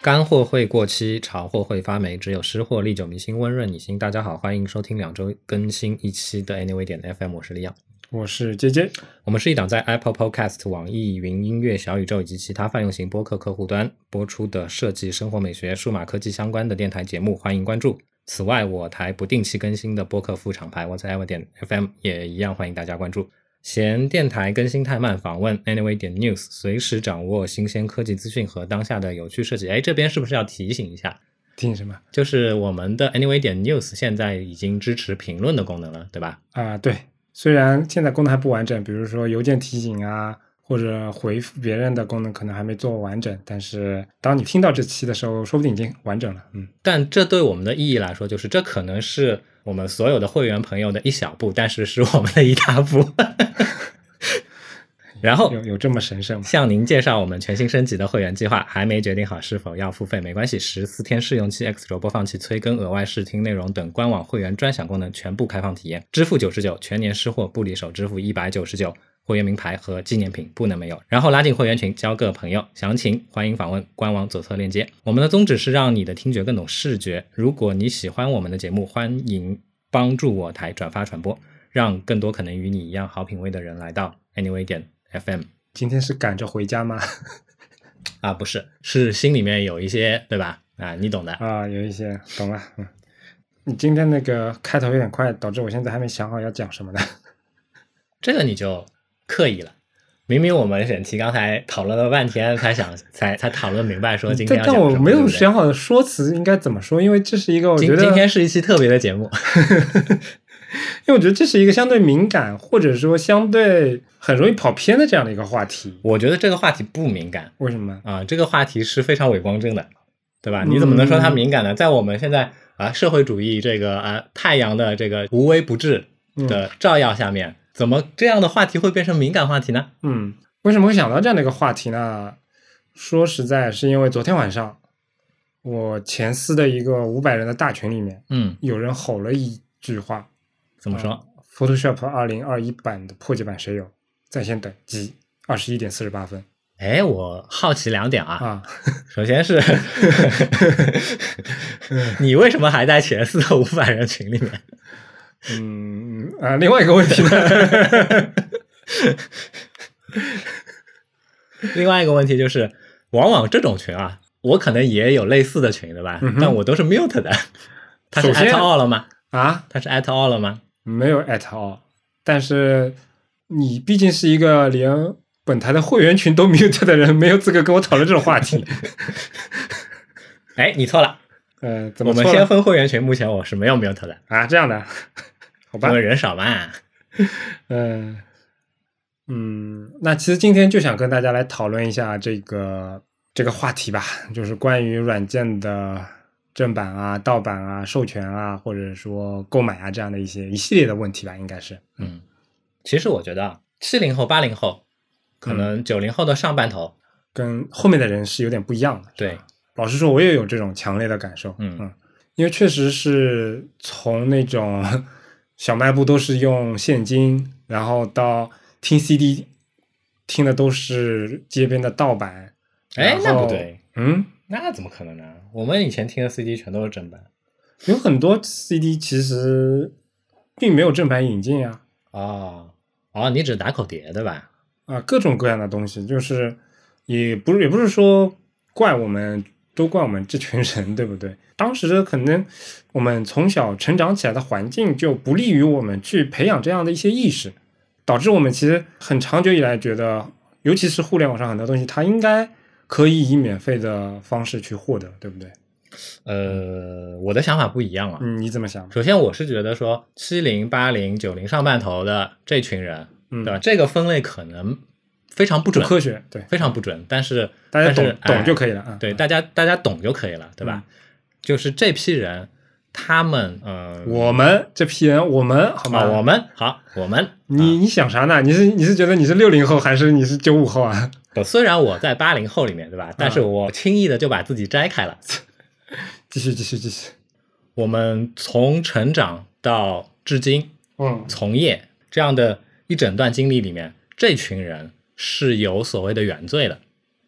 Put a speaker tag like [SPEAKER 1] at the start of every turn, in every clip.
[SPEAKER 1] 干货会过期，潮货会发霉，只有湿货历久弥新，温润你心。大家好，欢迎收听两周更新一期的 Anyway 点 FM，我是李阳。
[SPEAKER 2] 我是杰杰，
[SPEAKER 1] 我们是一档在 Apple Podcast、网易云音乐、小宇宙以及其他泛用型播客客户端播出的设计、生活美学、数码科技相关的电台节目，欢迎关注。此外，我台不定期更新的播客副厂牌 Whatever 点 FM 也一样欢迎大家关注。嫌电台更新太慢，访问 Anyway 点 News，随时掌握新鲜科技资讯和当下的有趣设计。哎，这边是不是要提醒一下？
[SPEAKER 2] 听什么
[SPEAKER 1] 就是我们的 Anyway 点 News 现在已经支持评论的功能了，对吧？
[SPEAKER 2] 啊、对，虽然现在功能还不完整，比如说邮件提醒啊，或者回复别人的功能可能还没做完整，但是当你听到这期的时候，说不定已经完整了。嗯，
[SPEAKER 1] 但这对我们的意义来说，就是这可能是我们所有的会员朋友的一小步，但是是我们的一大步。 然后
[SPEAKER 2] 有有这么神圣吗？
[SPEAKER 1] 向您介绍我们全新升级的会员计划，还没决定好是否要付费，没关系，十四天试用期、X 轴播放器催更、额外试听内容等官网会员专享功能全部开放体验，支付九十九，全年失货不离手，支付一百九十九，会员名牌和纪念品不能没有。然后拉进会员群，交个朋友，详情欢迎访问官网左侧链接。我们的宗旨是让你的听觉更懂视觉。如果你喜欢我们的节目，欢迎帮助我台转发传播，让更多可能与你一样好品味的人来到 Anyway 点 FM。
[SPEAKER 2] 今天是赶着回家吗？
[SPEAKER 1] 啊，不是，是心里面有一些，对吧？啊，你懂的。
[SPEAKER 2] 啊，有一些懂了。嗯，你今天那个开头有点快，导致我现在还没想好要讲什么呢。
[SPEAKER 1] 这个你就刻意了。明明我们选题刚才讨论了半天，才想才才讨论明白说今天
[SPEAKER 2] 但
[SPEAKER 1] 要讲
[SPEAKER 2] 但
[SPEAKER 1] 什么。
[SPEAKER 2] 我没
[SPEAKER 1] 对
[SPEAKER 2] 有
[SPEAKER 1] 不对
[SPEAKER 2] 想好说辞应该怎么说，因为这是一个我觉
[SPEAKER 1] 今
[SPEAKER 2] 得
[SPEAKER 1] 今天是一期特别的节目，
[SPEAKER 2] 因为我觉得这是一个相对敏感，或者说相对很容易跑偏的这样的一个话题。
[SPEAKER 1] 我觉得这个话题不敏感
[SPEAKER 2] 为什么？
[SPEAKER 1] 啊，这个话题是非常伪光正的，对吧？你怎么能说它
[SPEAKER 2] 嗯
[SPEAKER 1] 敏感呢？在我们现在啊社会主义这个啊太阳的这个无微不至
[SPEAKER 2] 嗯
[SPEAKER 1] 的照耀下面，怎么这样的话题会变成敏感话题呢？
[SPEAKER 2] 嗯，为什么会想到这样的一个话题呢？说实在，是因为昨天晚上我前司的一个五百人的大群里面，
[SPEAKER 1] 嗯，
[SPEAKER 2] 有人吼了一句话
[SPEAKER 1] 怎么说？
[SPEAKER 2] 嗯：“Photoshop 二零二一版的破解版谁有？在线等急，二十一点四十八分
[SPEAKER 1] 哎，我好奇两点啊，
[SPEAKER 2] 啊！”
[SPEAKER 1] 首先是 你为什么还在前四的五百人群里 面？
[SPEAKER 2] 嗯啊，另外一个问题呢？
[SPEAKER 1] 另外一个问题就是，往往这种群啊，我可能也有类似的群，对吧？
[SPEAKER 2] 嗯哼
[SPEAKER 1] 但我都是 mute 的。他是
[SPEAKER 2] 首先
[SPEAKER 1] at all 了吗？
[SPEAKER 2] 啊，
[SPEAKER 1] 他是 at all 了吗？
[SPEAKER 2] 没有 at all，但是你毕竟是一个连本台的会员群都 mute 的人，没有资格跟我讨论这种话题。
[SPEAKER 1] 哎，你错了。
[SPEAKER 2] 呃，怎
[SPEAKER 1] 我
[SPEAKER 2] 么
[SPEAKER 1] 们
[SPEAKER 2] 错
[SPEAKER 1] 先
[SPEAKER 2] 了
[SPEAKER 1] 分会员群，目前我是没有 mute 的，
[SPEAKER 2] 啊？这样的， 好
[SPEAKER 1] 因
[SPEAKER 2] 吧
[SPEAKER 1] 为，人少嘛。
[SPEAKER 2] 嗯、嗯，那其实今天就想跟大家来讨论一下这个这个话题吧，就是关于软件的正版啊、盗版啊、授权啊，或者说购买啊这样的一些一系列的问题吧，应该是。
[SPEAKER 1] 嗯，其实我觉得七零后、八零后，可能
[SPEAKER 2] 嗯
[SPEAKER 1] 九零后的上半头，
[SPEAKER 2] 跟后面的人是有点不一样的。
[SPEAKER 1] 对
[SPEAKER 2] 是吧，老实说，我也有这种强烈的感受。
[SPEAKER 1] 嗯
[SPEAKER 2] 因为确实是从那种小卖部都是用现金，然后到听 CD 听的都是街边的盗版。
[SPEAKER 1] 哎、
[SPEAKER 2] 然
[SPEAKER 1] 那不
[SPEAKER 2] 后
[SPEAKER 1] 对，
[SPEAKER 2] 嗯，
[SPEAKER 1] 那怎么可能呢？我们以前听的 CD 全都是正版
[SPEAKER 2] 有很多 CD 其实并没有正版引进啊，
[SPEAKER 1] 哦哦，你只打口碟对吧？
[SPEAKER 2] 啊，各种各样的东西，就是也不是也不是说怪我们，都怪我们这群人，对不对？当时可能我们从小成长起来的环境就不利于我们去培养这样的一些意识，导致我们其实很长久以来觉得，尤其是互联网上很多东西，它应该可以以免费的方式去获得，对不对？
[SPEAKER 1] 呃，我的想法不一样啊。
[SPEAKER 2] 嗯，你怎么想？
[SPEAKER 1] 首先，我是觉得说七零、八零、九零上半头的这群人，
[SPEAKER 2] 嗯，
[SPEAKER 1] 对吧？这个分类可能非常不准，
[SPEAKER 2] 科学，对，
[SPEAKER 1] 非常不准，但是
[SPEAKER 2] 大家
[SPEAKER 1] 但是
[SPEAKER 2] 懂懂就
[SPEAKER 1] 以、
[SPEAKER 2] 可以了嗯啊。
[SPEAKER 1] 对，大家大家懂就可以了，对吧？就是这批人，他们呃，
[SPEAKER 2] 我们这批人，我们好吗？
[SPEAKER 1] 啊，我们好，我们
[SPEAKER 2] 你你想啥呢？你是你是觉得你是六零后还是你是九五后啊？
[SPEAKER 1] 虽然我在八零后里面，对吧？但是
[SPEAKER 2] 嗯
[SPEAKER 1] 我轻易的就把自己摘开了。
[SPEAKER 2] 继续继续继续。
[SPEAKER 1] 我们从成长到至今，
[SPEAKER 2] 嗯
[SPEAKER 1] 从业这样的一整段经历里面，这群人是有所谓的原罪的，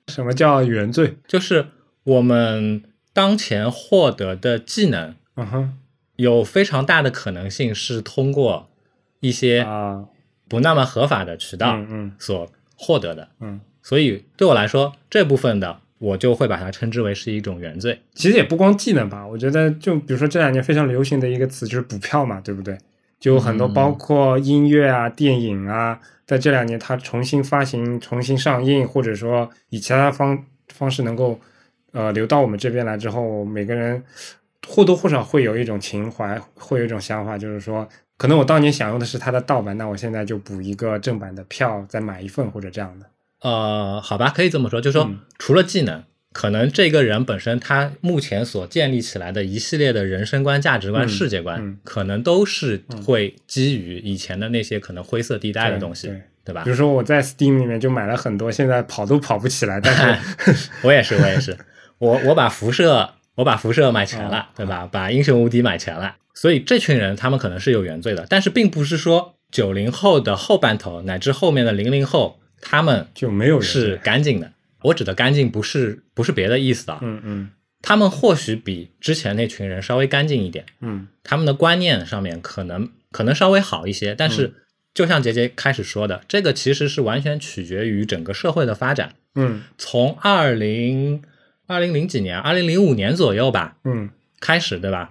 [SPEAKER 2] 什么叫原罪？
[SPEAKER 1] 就是我们当前获得的技能，
[SPEAKER 2] 嗯哼，
[SPEAKER 1] 有非常大的可能性是通过一些
[SPEAKER 2] 啊，
[SPEAKER 1] 不那么合法的渠哎道
[SPEAKER 2] 嗯嗯
[SPEAKER 1] 所获得的。
[SPEAKER 2] 嗯，
[SPEAKER 1] 所以对我来说，这部分的我就会把它称之为是一种原罪。
[SPEAKER 2] 其实也不光技能吧，我觉得就比如说这两年非常流行的一个词就是补票嘛，对不对？就有很多
[SPEAKER 1] 嗯
[SPEAKER 2] 包括音乐啊、电影啊，在这两年它重新发行、重新上映，或者说以其他方方式能够呃流到我们这边来之后，每个人或多或少会有一种情怀，会有一种想法，就是说，可能我当年享用的是它的盗版，那我现在就补一个正版的票，再买一份或者这样的。
[SPEAKER 1] 呃，好吧，可以这么说，就说、
[SPEAKER 2] 嗯
[SPEAKER 1] 除了技能，可能这个人本身他目前所建立起来的一系列的人生观、价值观、
[SPEAKER 2] 嗯
[SPEAKER 1] 世界观，
[SPEAKER 2] 嗯
[SPEAKER 1] 可能都是会基于以前的那些可能灰色地带的
[SPEAKER 2] 对
[SPEAKER 1] 东西，
[SPEAKER 2] 对
[SPEAKER 1] 吧
[SPEAKER 2] 比？如说我在 Steam 里面就买了很多，现在跑都跑不起来，但 是
[SPEAKER 1] 我也是，我也是，我我把辐射，我把辐射买全了，
[SPEAKER 2] 哦
[SPEAKER 1] 对吧？把英雄无敌买全了，所以这群人他们可能是有原罪的，但是并不是说九零后的后半头乃至后面的零零后，他们
[SPEAKER 2] 就没有人
[SPEAKER 1] 是干净的。我指的干净不是不是别的意思啊，
[SPEAKER 2] 嗯嗯
[SPEAKER 1] 他们或许比之前那群人稍微干净一点，
[SPEAKER 2] 嗯
[SPEAKER 1] 他们的观念上面可能可能稍微好一些，但是就像杰杰开始说的，这个其实是完全取决于整个社会的发展。
[SPEAKER 2] 嗯
[SPEAKER 1] 从二零二零零几年，二零零五年左右吧
[SPEAKER 2] 嗯
[SPEAKER 1] 开始，对吧？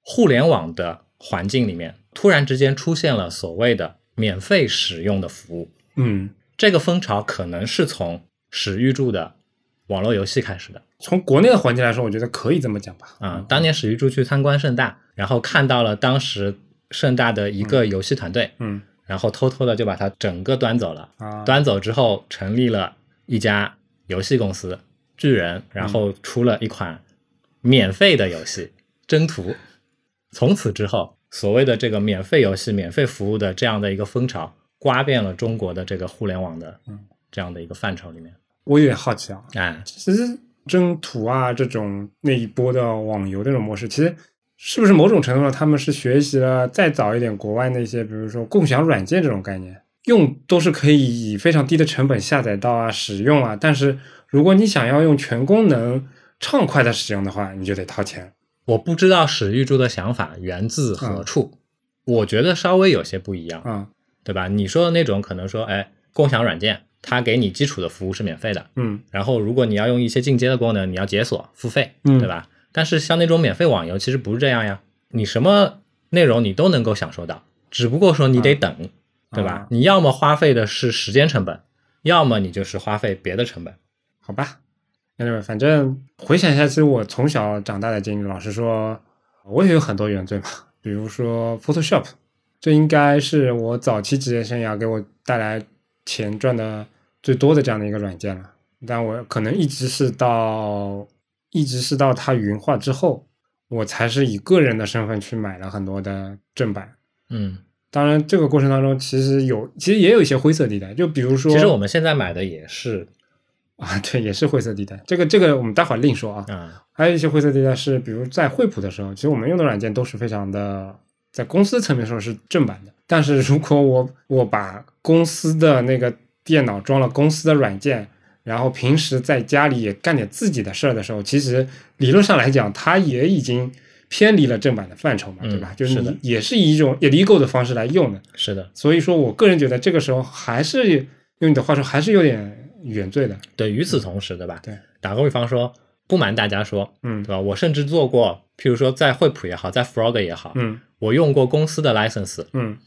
[SPEAKER 1] 互联网的环境里面，突然之间出现了所谓的免费使用的服务，
[SPEAKER 2] 嗯，
[SPEAKER 1] 这个风潮可能是从史玉柱的网络游戏开始的。
[SPEAKER 2] 从国内的环境来说，我觉得可以这么讲吧。
[SPEAKER 1] 啊、当年史玉柱去参观盛大，然后看到了当时盛大的一个游戏团队，
[SPEAKER 2] 嗯
[SPEAKER 1] 然后偷偷的就把它整个端走了。
[SPEAKER 2] 啊，
[SPEAKER 1] 端走之后，成立了一家游戏公司巨人，
[SPEAKER 2] 嗯
[SPEAKER 1] 然后出了一款免费的游戏《征途》。从此之后，所谓的这个免费游戏、免费服务的这样的一个风潮，刮遍了中国的这个互联网的
[SPEAKER 2] 嗯
[SPEAKER 1] 这样的一个范畴里面。
[SPEAKER 2] 我有点好奇啊，
[SPEAKER 1] 哎，
[SPEAKER 2] 其实征途啊这种那一波的网游这种模式，其实是不是某种程度上他们是学习了再早一点国外那些，比如说共享软件这种概念，用都是可以以非常低的成本下载到啊使用啊，但是如果你想要用全功能畅快的使用的话，你就得掏钱。
[SPEAKER 1] 我不知道史玉柱的想法源自
[SPEAKER 2] 嗯
[SPEAKER 1] 何处，我觉得稍微有些不一样，
[SPEAKER 2] 啊，
[SPEAKER 1] 对吧？你说的那种可能说，哎，共享软件它给你基础的服务是免费的，
[SPEAKER 2] 嗯
[SPEAKER 1] 然后如果你要用一些进阶的功能，你要解锁付费，
[SPEAKER 2] 嗯
[SPEAKER 1] 对吧？但是像那种免费网游其实不是这样呀，你什么内容你都能够享受到，只不过说你
[SPEAKER 2] 嗯
[SPEAKER 1] 得等，对吧
[SPEAKER 2] 啊？
[SPEAKER 1] 你要么花费的是时间成本，要么你就是花费别的成本。
[SPEAKER 2] 好吧。anyway，反正回想一下，其实我从小长大的经历，老实说，我也有很多原罪吧。比如说 Photoshop，这应该是我早期职业生涯给我带来钱赚的最多的这样的一个软件了。但我可能一直是到一直是到它云化之后，我才是以个人的身份去买了很多的正版。
[SPEAKER 1] 嗯，
[SPEAKER 2] 当然，这个过程当中其实有，其实也有一些灰色地带，就比如说，
[SPEAKER 1] 其实我们现在买的也是
[SPEAKER 2] 啊，对，也是灰色地带。这个这个我们待会儿另说啊。
[SPEAKER 1] 啊、
[SPEAKER 2] 还有一些灰色地带是，比如在惠普的时候，其实我们用的软件都是非常的，在公司层面说是正版的。但是如果我我把公司的那个电脑装了公司的软件，然后平时在家里也干点自己的事儿的时候，其实理论上来讲，它也已经偏离了正版的范畴嘛，
[SPEAKER 1] 嗯
[SPEAKER 2] 对吧？就是是
[SPEAKER 1] 的
[SPEAKER 2] 你也是以一种 illegal 的方式来用的。
[SPEAKER 1] 是的，
[SPEAKER 2] 所以说我个人觉得这个时候还是用你的话说，还是有点原罪的。
[SPEAKER 1] 对。与此同时，对吧？
[SPEAKER 2] 嗯对，
[SPEAKER 1] 打个比方说，不瞒大家说，
[SPEAKER 2] 嗯
[SPEAKER 1] 对吧？我甚至做过，譬如说在惠普也好，在 Frog 也好，
[SPEAKER 2] 嗯
[SPEAKER 1] 我用过公司的 license
[SPEAKER 2] 嗯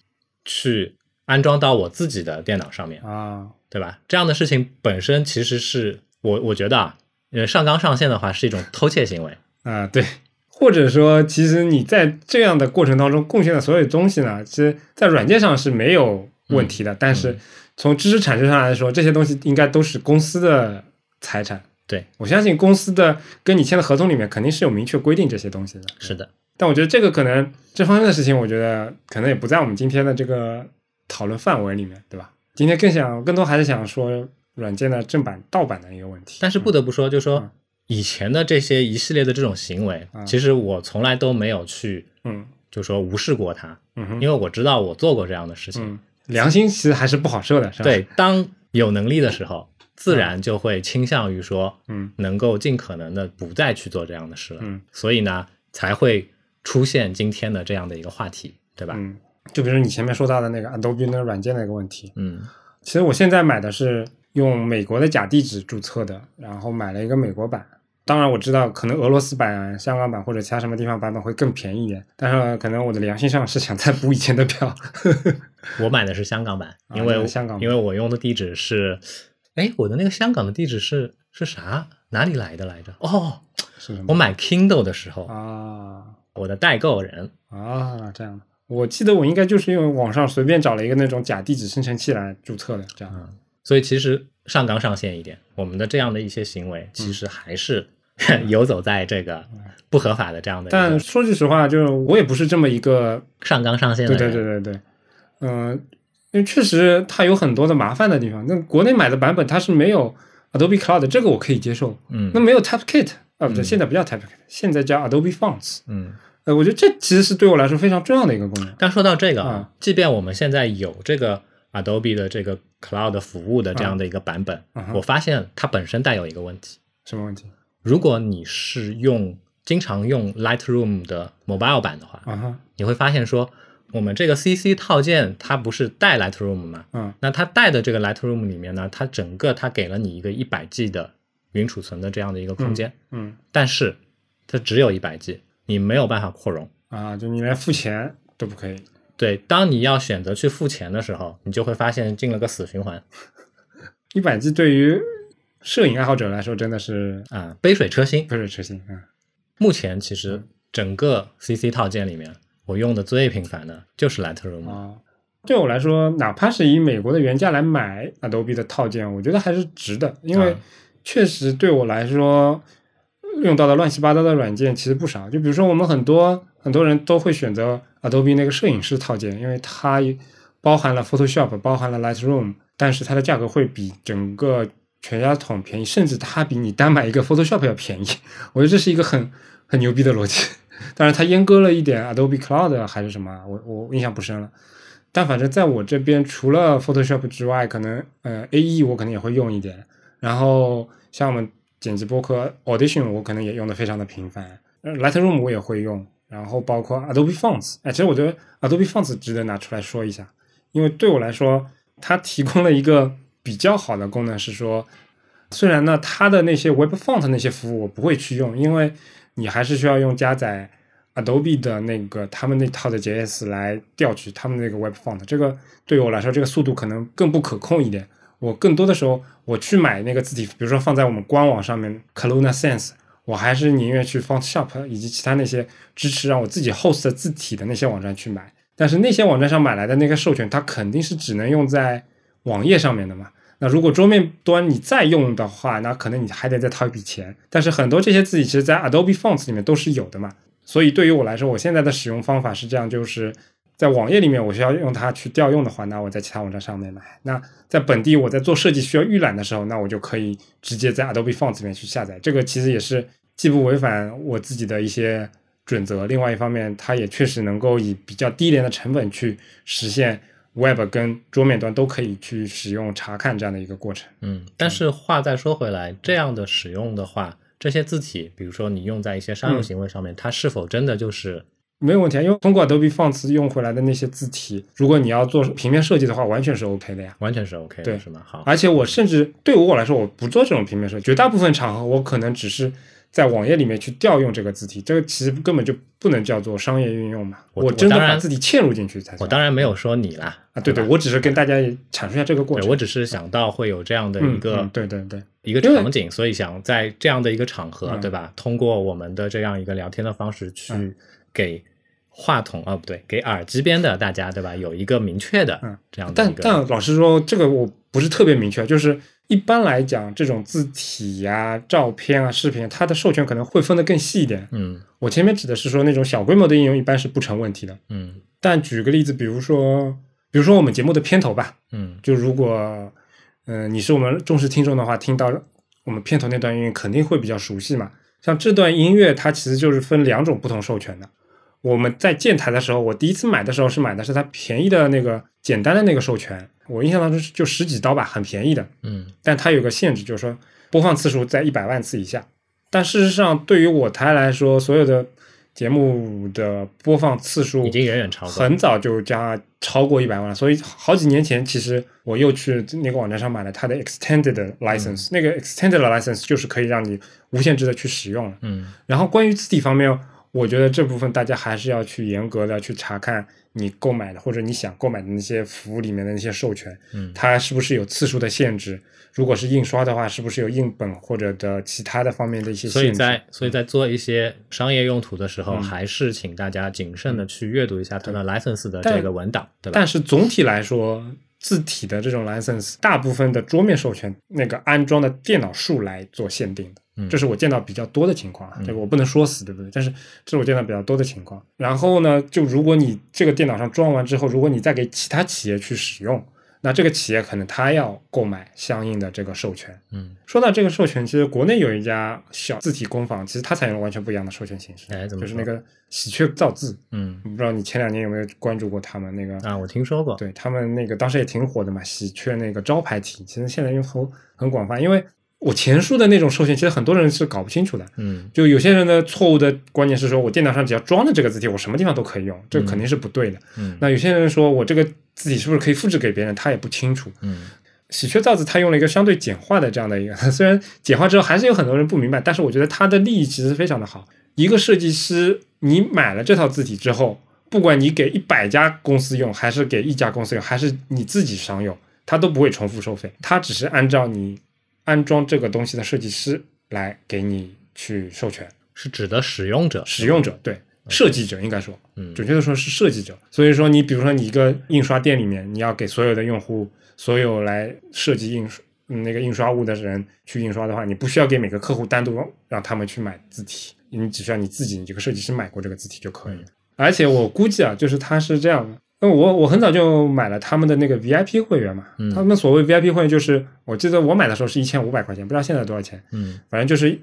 [SPEAKER 1] 去安装到我自己的电脑上面，
[SPEAKER 2] 啊，
[SPEAKER 1] 对吧？这样的事情本身其实是我我觉得啊，呃，上纲上线的话是一种偷窃行为。
[SPEAKER 2] 啊，对，或者说，其实你在这样的过程当中贡献的所有东西呢，其实在软件上是没有问题的，
[SPEAKER 1] 嗯
[SPEAKER 2] 但是从知识产权上来说，这些东西应该都是公司的财产。
[SPEAKER 1] 对，
[SPEAKER 2] 我相信公司的跟你签的合同里面肯定是有明确规定这些东西的。
[SPEAKER 1] 是的，
[SPEAKER 2] 但我觉得这个可能这方面的事情，我觉得可能也不在我们今天的这个讨论范围里面，对吧？今天更想更多还是想说软件的正版盗版的一个问题。
[SPEAKER 1] 但是不得不说，就说
[SPEAKER 2] 嗯
[SPEAKER 1] 以前的这些一系列的这种行为，
[SPEAKER 2] 嗯
[SPEAKER 1] 其实我从来都没有去
[SPEAKER 2] 嗯
[SPEAKER 1] 就说无视过它，
[SPEAKER 2] 嗯哼
[SPEAKER 1] 因为我知道我做过这样的事情。
[SPEAKER 2] 嗯，良心其实还是不好受的，是吧？
[SPEAKER 1] 对，当有能力的时候，自然就会倾向于说，
[SPEAKER 2] 嗯，
[SPEAKER 1] 能够尽可能的不再去做这样的事了。
[SPEAKER 2] 嗯，
[SPEAKER 1] 所以呢，才会出现今天的这样的一个话题，对吧？
[SPEAKER 2] 嗯，就比如你前面说到的那个 Adobe 那个软件那个问题，
[SPEAKER 1] 嗯
[SPEAKER 2] 其实我现在买的是用美国的假地址注册的，然后买了一个美国版。当然我知道，可能俄罗斯版、香港版或者其他什么地方版本会更便宜一点，但是呢可能我的良心上是想再补以前的票。
[SPEAKER 1] 我买的是香港版，
[SPEAKER 2] 啊
[SPEAKER 1] 因为、
[SPEAKER 2] 你买香港版
[SPEAKER 1] 因为我用的地址是，哎，我的那个香港的地址是是啥？哪里来的来着？哦，
[SPEAKER 2] 是什
[SPEAKER 1] 我
[SPEAKER 2] 么？
[SPEAKER 1] 买 Kindle 的时候，
[SPEAKER 2] 嗯啊
[SPEAKER 1] 我的代购人
[SPEAKER 2] 啊，这样的。我记得我应该就是用网上随便找了一个那种假地址生成器来注册的，这样。
[SPEAKER 1] 嗯，所以其实上纲上线一点，我们的这样的一些行为，
[SPEAKER 2] 嗯
[SPEAKER 1] 其实还是 游走在这个不合法的这样的一
[SPEAKER 2] 但
[SPEAKER 1] 个
[SPEAKER 2] 说句实话，就是我也不是这么一个
[SPEAKER 1] 上纲上线的
[SPEAKER 2] 对
[SPEAKER 1] 人。
[SPEAKER 2] 对对对对，嗯、因为确实它有很多的麻烦的地方。那国内买的版本它是没有 Adobe Cloud 的这个我可以接受。
[SPEAKER 1] 嗯
[SPEAKER 2] 那没有 Typekit 啊，不对，
[SPEAKER 1] 嗯
[SPEAKER 2] 现在不叫 Typekit，现在叫 Adobe Fonts。
[SPEAKER 1] 嗯。
[SPEAKER 2] 呃，我觉得这其实是对我来说非常重要的一个功能。
[SPEAKER 1] 但说到这个啊
[SPEAKER 2] 啊，
[SPEAKER 1] 即便我们现在有这个 Adobe 的这个 Cloud 服务的这样的一个版本，
[SPEAKER 2] 嗯哼
[SPEAKER 1] 我发现它本身带有一个问题：
[SPEAKER 2] 什么问题？
[SPEAKER 1] 如果你是用经常用 Lightroom 的 Mobile 版的话，
[SPEAKER 2] 啊哈，
[SPEAKER 1] 你会发现说，我们这个 CC 套件它不是带 Lightroom 吗？
[SPEAKER 2] 嗯
[SPEAKER 1] 那它带的这个 Lightroom 里面呢，它整个它给了你一个一百 G 的云储存的这样的一个空间，
[SPEAKER 2] 嗯
[SPEAKER 1] 但是它只有一百 G，你没有办法扩容。
[SPEAKER 2] 啊，就你连付钱都不可以。
[SPEAKER 1] 对，当你要选择去付钱的时候，你就会发现进了个死循环
[SPEAKER 2] 一百 G 对于摄影爱好者来说真的是
[SPEAKER 1] 啊、杯水车薪。
[SPEAKER 2] 杯水车薪啊。
[SPEAKER 1] 目前其实
[SPEAKER 2] 嗯
[SPEAKER 1] 整个 CC 套件里面，我用的最频繁的就是 Lightroom 了。
[SPEAKER 2] 啊，对我来说，哪怕是以美国的原价来买 Adobe 的套件，我觉得还是值的，因为
[SPEAKER 1] 啊
[SPEAKER 2] 确实对我来说，用到的乱七八糟的软件其实不少。就比如说，我们很多很多人都会选择 Adobe 那个摄影师套件，因为它包含了 Photoshop，包含了 Lightroom，但是它的价格会比整个全家桶便宜，甚至它比你单买一个 Photoshop 要便宜。 我觉得这是一个很很牛逼的逻辑。当然，它阉割了一点 Adobe Cloud 还是什么啊，我我印象不深了。但反正在我这边，除了 Photoshop 之外，可能呃 A E 我可能也会用一点，然后像我们剪辑播客 Audition 我可能也用的非常的频繁呃，Lightroom 我也会用，然后包括 Adobe Fonts，哎，其实我觉得 Adobe Fonts 值得拿出来说一下，因为对我来说，它提供了一个比较好的功能是说，虽然呢它的那些 Web Font 那些服务我不会去用，因为你还是需要用加载 Adobe 的那个他们那套的 JS 来调取他们那个 Web Font，这个对于我来说这个速度可能更不可控一点。我更多的时候，我去买那个字体，比如说放在我们官网上面 Colonna Sense，我还是宁愿去 FontShop 以及其他那些支持让我自己 host 的字体的那些网站去买。但是那些网站上买来的那个授权，它肯定是只能用在网页上面的嘛。那如果桌面端你再用的话，那可能你还得再掏一笔钱。但是很多这些字体其实，在 Adobe Fonts 里面都是有的嘛。所以对于我来说，我现在的使用方法是这样，就是在网页里面我需要用它去调用的话，那我在其他网站上面买；那在本地我在做设计需要预览的时候，那我就可以直接在 Adobe Fonts 里面去下载。这个其实也是既不违反我自己的一些准则，另外一方面它也确实能够以比较低廉的成本去实现 Web 跟桌面端都可以去使用查看这样的一个过程。
[SPEAKER 1] 嗯，但是话再说回来，这样的使用的话，这些字体，比如说你用在一些商用
[SPEAKER 2] 嗯
[SPEAKER 1] 行为上面，它是否真的就是
[SPEAKER 2] 没有问题啊，因为通过 Adobe Fonts 用回来的那些字体，如果你要做平面设计的话，完全是 OK 的呀。
[SPEAKER 1] 完全是 OK 的，
[SPEAKER 2] 对
[SPEAKER 1] 是吗？好，
[SPEAKER 2] 而且我甚至对于我来说，我不做这种平面设计，绝大部分场合我可能只是在网页里面去调用这个字体，这个其实根本就不能叫做商业运用嘛。
[SPEAKER 1] 我
[SPEAKER 2] 我真的
[SPEAKER 1] 我当
[SPEAKER 2] 把
[SPEAKER 1] 然
[SPEAKER 2] 自己嵌入进去才
[SPEAKER 1] 我
[SPEAKER 2] 算。
[SPEAKER 1] 当然没有说你啦，
[SPEAKER 2] 啊，对对，
[SPEAKER 1] 吧
[SPEAKER 2] 我只是跟大家也阐述一下这个过
[SPEAKER 1] 对
[SPEAKER 2] 程。
[SPEAKER 1] 我只是想到会有这样的一个、
[SPEAKER 2] 嗯嗯对对对，
[SPEAKER 1] 一个
[SPEAKER 2] 因为
[SPEAKER 1] 场景，所以想在这样的一个场合，
[SPEAKER 2] 嗯
[SPEAKER 1] 对吧？通过我们的这样一个聊天的方式去
[SPEAKER 2] 嗯
[SPEAKER 1] 给话筒啊，不对，给耳机边的大家，对吧？有一个明确的
[SPEAKER 2] 嗯
[SPEAKER 1] 这样的一
[SPEAKER 2] 但
[SPEAKER 1] 个，
[SPEAKER 2] 但老实说，这个我不是特别明确，就是一般来讲，这种字体呀、照片啊、视频啊，它的授权可能会分得更细一点。
[SPEAKER 1] 嗯
[SPEAKER 2] 我前面指的是说那种小规模的应用一般是不成问题的，
[SPEAKER 1] 嗯
[SPEAKER 2] 但举个例子，比如说，比如说我们节目的片头吧，
[SPEAKER 1] 嗯
[SPEAKER 2] 就如果，嗯、你是我们忠实听众的话，听到我们片头那段音乐肯定会比较熟悉嘛。像这段音乐，它其实就是分两种不同授权的。我们在建台的时候，我第一次买的时候是买的是它便宜的那个简单的那个授权，我印象当中是就十几刀吧，很便宜的。
[SPEAKER 1] 嗯
[SPEAKER 2] 但它有个限制，就是说播放次数在一百万次以下。但事实上，对于我台来说，所有的节目的播放次数
[SPEAKER 1] 已经远远超过了
[SPEAKER 2] 很早就加超过一百万了。所以好几年前，其实我又去那个网站上买了它的 extended
[SPEAKER 1] 嗯
[SPEAKER 2] license，、那个 extended license 就是可以让你无限制的去使用了。
[SPEAKER 1] 嗯
[SPEAKER 2] 然后关于字体方面，我觉得这部分大家还是要去严格的去查看你购买的或者你想购买的那些服务里面的那些授权，
[SPEAKER 1] 嗯
[SPEAKER 2] 它是不是有次数的限制？如果是印刷的话，是不是有印本或者的其他的方面的一些
[SPEAKER 1] 所以
[SPEAKER 2] 限制？
[SPEAKER 1] 在所以在做一些商业用途的时候，
[SPEAKER 2] 嗯
[SPEAKER 1] 还是请大家谨慎的去阅读一下它的 license 的
[SPEAKER 2] 但
[SPEAKER 1] 这个文档，对吧？
[SPEAKER 2] 但是总体来说，字体的这种 license 大部分的桌面授权那个安装的电脑数来做限定的，
[SPEAKER 1] 嗯
[SPEAKER 2] 这是我见到比较多的情况啊。
[SPEAKER 1] 嗯
[SPEAKER 2] 这个我不能说死，对不对？但是这是我见到比较多的情况。然后呢，就如果你这个电脑上装完之后，如果你再给其他企业去使用，那这个企业可能他要购买相应的这个授权。
[SPEAKER 1] 嗯，
[SPEAKER 2] 说到这个授权，其实国内有一家小字体工坊，其实它采用了完全不一样的授权形式，
[SPEAKER 1] 哎，怎么
[SPEAKER 2] 就是
[SPEAKER 1] 说
[SPEAKER 2] 那个喜鹊造字。
[SPEAKER 1] 嗯
[SPEAKER 2] 我不知道你前两年有没有关注过他们那个
[SPEAKER 1] 啊，我听说过，
[SPEAKER 2] 嗯对他们那个当时也挺火的嘛，喜鹊那个招牌体，其实现在用途很广泛。因为我前述的那种授权，其实很多人是搞不清楚的。
[SPEAKER 1] 嗯
[SPEAKER 2] 就有些人的错误的观念是说，我电脑上只要装了这个字体，我什么地方都可以用，这肯定是不对的。
[SPEAKER 1] 嗯
[SPEAKER 2] 那有些人说我这个字体是不是可以复制给别人，他也不清楚。
[SPEAKER 1] 嗯
[SPEAKER 2] 喜鹊造字，它用了一个相对简化的这样的一个， 虽然简化之后还是有很多人不明白，但是我觉得它的利益其实非常的好。一个设计师，你买了这套字体之后，不管你给一百家公司用，还是给一家公司用，还是你自己商用，它都不会重复收费，它只是按照你安装这个东西的设计师来给你去授权。
[SPEAKER 1] 是指的使用者，
[SPEAKER 2] 使用者对设计者应该说，
[SPEAKER 1] 嗯
[SPEAKER 2] 准确的说是设计者。所以说，你比如说你一个印刷店里面，你要给所有的用户、所有来设计印刷嗯那个印刷物的人去印刷的话，你不需要给每个客户单独让他们去买字体，你只需要你自己，你这个设计师买过这个字体就可以了。而且我估计啊，就是它是这样的。那我我很早就买了他们的那个 VIP 会员嘛，
[SPEAKER 1] 嗯
[SPEAKER 2] 他们所谓 VIP 会员就是，我记得我买的时候是一千五百块钱，不知道现在多少钱。
[SPEAKER 1] 嗯
[SPEAKER 2] 反正就是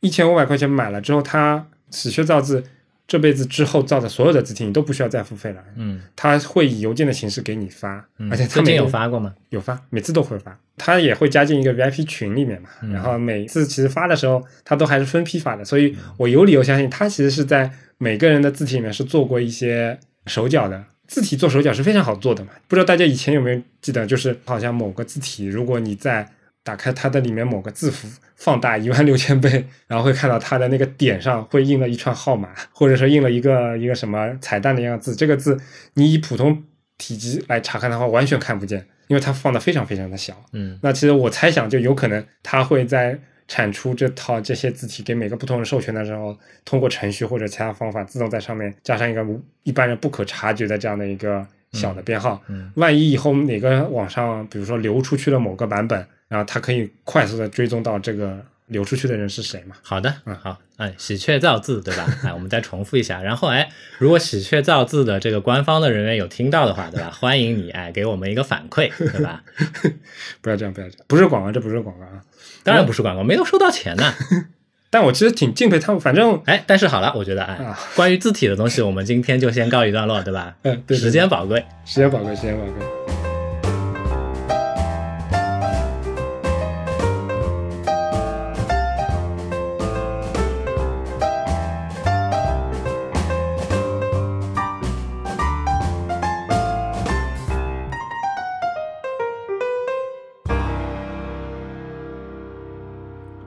[SPEAKER 2] 一千五百块钱买了之后，他喜鹊造字这辈子之后造的所有的字体，你都不需要再付费了。
[SPEAKER 1] 嗯
[SPEAKER 2] 他会以邮件的形式给你发，
[SPEAKER 1] 嗯，
[SPEAKER 2] 而且他
[SPEAKER 1] 最
[SPEAKER 2] 每
[SPEAKER 1] 近
[SPEAKER 2] 个
[SPEAKER 1] 有发过吗？
[SPEAKER 2] 有发，每次都会发。他也会加进一个 VIP 群里面嘛，
[SPEAKER 1] 嗯
[SPEAKER 2] 然后每次其实发的时候，他都还是分批发的，所以
[SPEAKER 1] 嗯
[SPEAKER 2] 我有理由相信他其实是在每个人的字体里面是做过一些手脚的。字体做手脚是非常好做的嘛，不知道大家以前有没有记得，就是好像某个字体，如果你在打开它的里面某个字符，放大一万六千倍，然后会看到它的那个点上会印了一串号码，或者说印了一个一个什么彩蛋的样子。这个字你以普通体积来查看的话，完全看不见，因为它放的非常非常的小。
[SPEAKER 1] 嗯
[SPEAKER 2] 那其实我猜想，就有可能他会在产出这套这些字体给每个不同人授权的时候，通过程序或者其他方法，自动在上面加上一个无一般人不可察觉的这样的一个小的编号。
[SPEAKER 1] 嗯
[SPEAKER 2] 万一以后哪个网上，比如说流出去了某个版本，然后它可以快速的追踪到这个流出去的人是谁嘛？
[SPEAKER 1] 好的，
[SPEAKER 2] 嗯
[SPEAKER 1] 好，哎，喜鹊造字，对吧？哎，我们再重复一下。然后，哎，如果喜鹊造字的这个官方的人员有听到的话，对吧？欢迎你，哎，给我们一个反馈，对吧？
[SPEAKER 2] 不要这样，不要这样，不是广告，这不是广告啊！
[SPEAKER 1] 当然不是广告，没有收到钱呢。
[SPEAKER 2] 但我其实挺敬佩他们，反正
[SPEAKER 1] 哎，但是好了，我觉得，哎
[SPEAKER 2] 啊，
[SPEAKER 1] 关于字体的东西，我们今天就先告一段落，对吧？
[SPEAKER 2] 嗯对对对
[SPEAKER 1] 时间宝贵。
[SPEAKER 2] 时间宝贵，时间宝贵。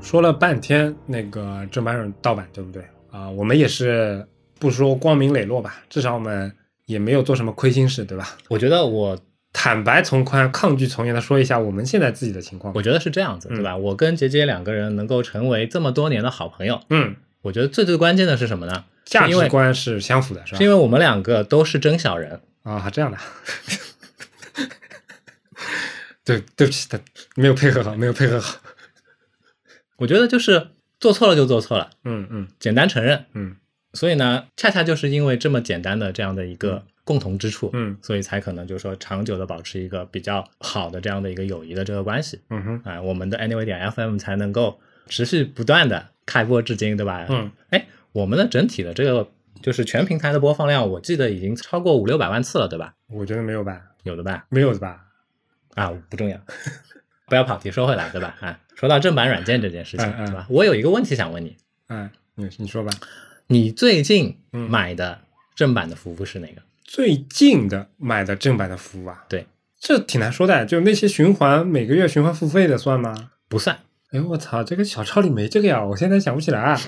[SPEAKER 2] 说了半天那个正版与盗版，对不对？啊、我们也是不说光明磊落吧，至少我们也没有做什么亏心事，对吧？
[SPEAKER 1] 我觉得我，
[SPEAKER 2] 坦白从宽，抗拒从严的说一下我们现在自己的情况
[SPEAKER 1] 我。觉得是这样子，对吧？
[SPEAKER 2] 嗯
[SPEAKER 1] 我跟杰杰两个人能够成为这么多年的好朋友，
[SPEAKER 2] 嗯，
[SPEAKER 1] 我觉得最最关键的是什么呢？
[SPEAKER 2] 价
[SPEAKER 1] 是因为
[SPEAKER 2] 值观是相符的，是吧
[SPEAKER 1] 是？因为我们两个都是真小人，
[SPEAKER 2] 啊，这样的。 对，对不起，他没有配合好，没有配 合好。
[SPEAKER 1] 我觉得就是做错了就做错了，
[SPEAKER 2] 嗯嗯
[SPEAKER 1] 简单承认。
[SPEAKER 2] 嗯
[SPEAKER 1] 所以呢，恰恰就是因为这么简单的这样的一个共同之处，
[SPEAKER 2] 嗯
[SPEAKER 1] 所以才可能就是说长久的保持一个比较好的这样的一个友谊的这个关系。
[SPEAKER 2] 嗯哼，
[SPEAKER 1] 啊、我们的 Anyway 点 FM 才能够持续不断的开播至今，对吧？
[SPEAKER 2] 嗯，
[SPEAKER 1] 哎，我们的整体的这个就是全平台的播放量，我记得已经超过五六百万次了，对吧？
[SPEAKER 2] 我觉得没有吧，
[SPEAKER 1] 有的吧？
[SPEAKER 2] 没有的吧？
[SPEAKER 1] 啊，不重要，不要跑题，说回来，对吧？啊，说到正版软件这件事情，
[SPEAKER 2] 嗯嗯
[SPEAKER 1] 对吧？我有一个问题想问你，
[SPEAKER 2] 嗯，你你说吧。
[SPEAKER 1] 你最近
[SPEAKER 2] 嗯
[SPEAKER 1] 买的正版的服务是哪个？
[SPEAKER 2] 最近的买的正版的服务啊，
[SPEAKER 1] 对，
[SPEAKER 2] 这挺难说的。就那些循环每个月循环付费的算吗？
[SPEAKER 1] 不算，
[SPEAKER 2] 哎，我操，这个小抄里没这个呀，我现在想不起来啊。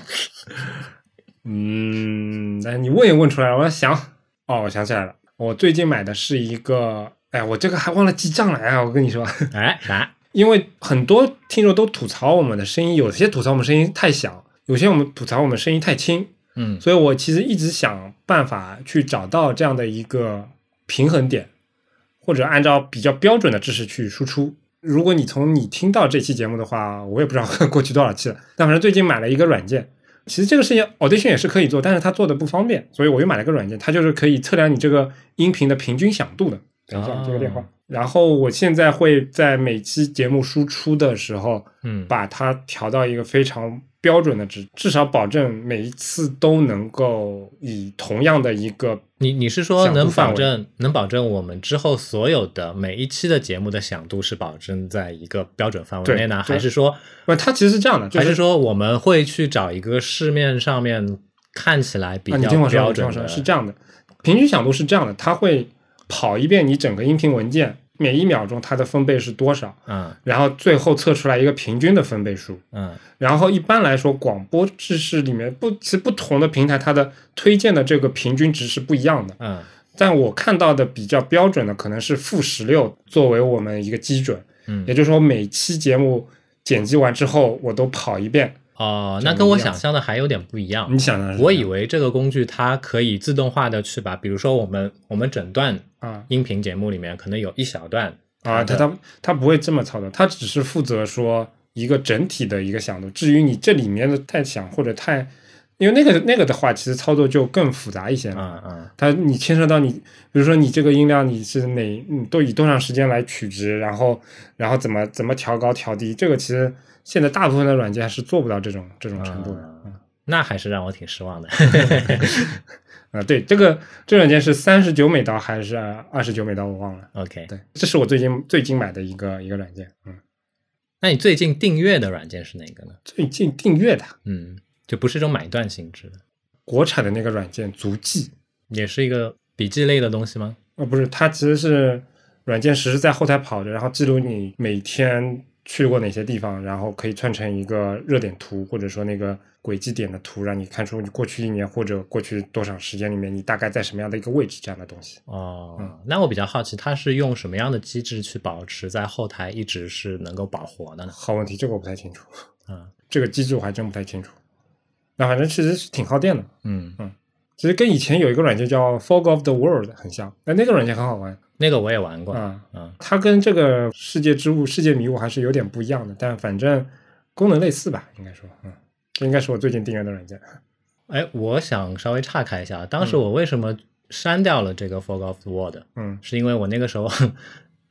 [SPEAKER 2] 嗯，哎，你问也问出来了，我要想。哦，我想起来了，我最近买的是一个，哎，我这个还忘了记账了。哎呀，我跟你说，
[SPEAKER 1] 哎，啥？
[SPEAKER 2] 因为很多听众都吐槽我们的声音，有些吐槽我们声音太小，有些我们吐槽我们声音太轻，
[SPEAKER 1] 嗯
[SPEAKER 2] 所以我其实一直想办法去找到这样的一个平衡点，或者按照比较标准的知识去输出。如果你从你听到这期节目的话，我也不知道过去多少期了，但反正最近买了一个软件。其实这个事情 Audition 也是可以做，但是它做的不方便，所以我又买了个软件，它就是可以测量你这个音频的平均响度的。等一下，我接个电话
[SPEAKER 1] 哦。
[SPEAKER 2] 然后我现在会在每期节目输出的时候，
[SPEAKER 1] 嗯，
[SPEAKER 2] 把它调到一个非常标准的值，至少保证每一次都能够以同样的一个
[SPEAKER 1] 你你是说
[SPEAKER 2] 响度
[SPEAKER 1] 能
[SPEAKER 2] 范
[SPEAKER 1] 保
[SPEAKER 2] 围
[SPEAKER 1] 证能保证我们之后所有的每一期的节目的响度是保证在一个标准范围
[SPEAKER 2] 对
[SPEAKER 1] 内呢，
[SPEAKER 2] 对
[SPEAKER 1] 还是说
[SPEAKER 2] 不，它其实是这样的，就
[SPEAKER 1] 还是
[SPEAKER 2] 是
[SPEAKER 1] 说我们会去找一个市面上面看起来比
[SPEAKER 2] 啊，你听
[SPEAKER 1] 较
[SPEAKER 2] 我说，
[SPEAKER 1] 标
[SPEAKER 2] 你听
[SPEAKER 1] 准
[SPEAKER 2] 我说，
[SPEAKER 1] 的？
[SPEAKER 2] 是这样的，平均响度是这样的，它会跑一遍你整个音频文件，每一秒钟它的分贝是多少，
[SPEAKER 1] 嗯
[SPEAKER 2] 然后最后测出来一个平均的分贝数。
[SPEAKER 1] 嗯
[SPEAKER 2] 然后一般来说，广播制式里面不，其实不同的平台它的推荐的这个平均值是不一样的。
[SPEAKER 1] 嗯
[SPEAKER 2] 但我看到的比较标准的可能是负十六作为我们一个基准，也
[SPEAKER 1] 嗯。
[SPEAKER 2] 就是说每期节目剪辑完之后我都跑一遍。
[SPEAKER 1] 哦，
[SPEAKER 2] 这
[SPEAKER 1] 那
[SPEAKER 2] 么
[SPEAKER 1] 跟
[SPEAKER 2] 一
[SPEAKER 1] 我
[SPEAKER 2] 样
[SPEAKER 1] 想象的还有点不一样
[SPEAKER 2] 你。想的是什么，
[SPEAKER 1] 我以为这个工具它可以自动化的去把，比如说我们我们整段
[SPEAKER 2] 啊
[SPEAKER 1] 音频节目里面可能有一小段它
[SPEAKER 2] 啊，他
[SPEAKER 1] 的
[SPEAKER 2] 他他不会这么操作，他只是负责说一个整体的一个响度。至于你这里面的太响或者太，因为那个那个的话，其实操作就更复杂一些了。
[SPEAKER 1] 嗯嗯
[SPEAKER 2] 它你牵涉到你，比如说你这个音量你是哪，你都以多长时间来取值，然后然后怎么怎么调高调低，这个其实现在大部分的软件是做不到这种这种程度的。啊、
[SPEAKER 1] 嗯，那还是让我挺失望的。
[SPEAKER 2] 啊对，这个这软件是三十九美刀还是二十九美刀，我忘了。
[SPEAKER 1] OK，
[SPEAKER 2] 对，这是我最近最近买的一个一个软件。嗯，
[SPEAKER 1] 那你最近订阅的软件是哪个呢？
[SPEAKER 2] 最近订阅的
[SPEAKER 1] 嗯，就不是一种买断性质的，
[SPEAKER 2] 国产的那个软件足迹，
[SPEAKER 1] 也是一个笔记类的东西吗？
[SPEAKER 2] 呃，不是，它其实是软件实时在后台跑着，然后记录你每天去过哪些地方，然后可以串成一个热点图，或者说那个轨迹点的图，让你看出你过去一年或者过去多少时间里面，你大概在什么样的一个位置这样的东西。
[SPEAKER 1] 哦，
[SPEAKER 2] 嗯
[SPEAKER 1] 那我比较好奇，它是用什么样的机制去保持在后台一直是能够保活的呢？
[SPEAKER 2] 好问题，这个我不太清楚，
[SPEAKER 1] 啊，
[SPEAKER 2] 这个机制我还真不太清楚。那反正其实是挺耗电的，
[SPEAKER 1] 嗯，
[SPEAKER 2] 其实跟以前有一个软件叫 Fog of the World 很像，那那个软件很好玩
[SPEAKER 1] 那个我也玩过，
[SPEAKER 2] 啊、
[SPEAKER 1] 嗯
[SPEAKER 2] 它跟这个世界之物、世界迷雾还是有点不一样的，但反正功能类似吧，应该说，嗯，这应该是我最近订阅的软件。
[SPEAKER 1] 哎，我想稍微岔开一下，当时
[SPEAKER 2] 嗯
[SPEAKER 1] 我为什么删掉了这个 Fog of the World，
[SPEAKER 2] 嗯
[SPEAKER 1] 是因为我那个时候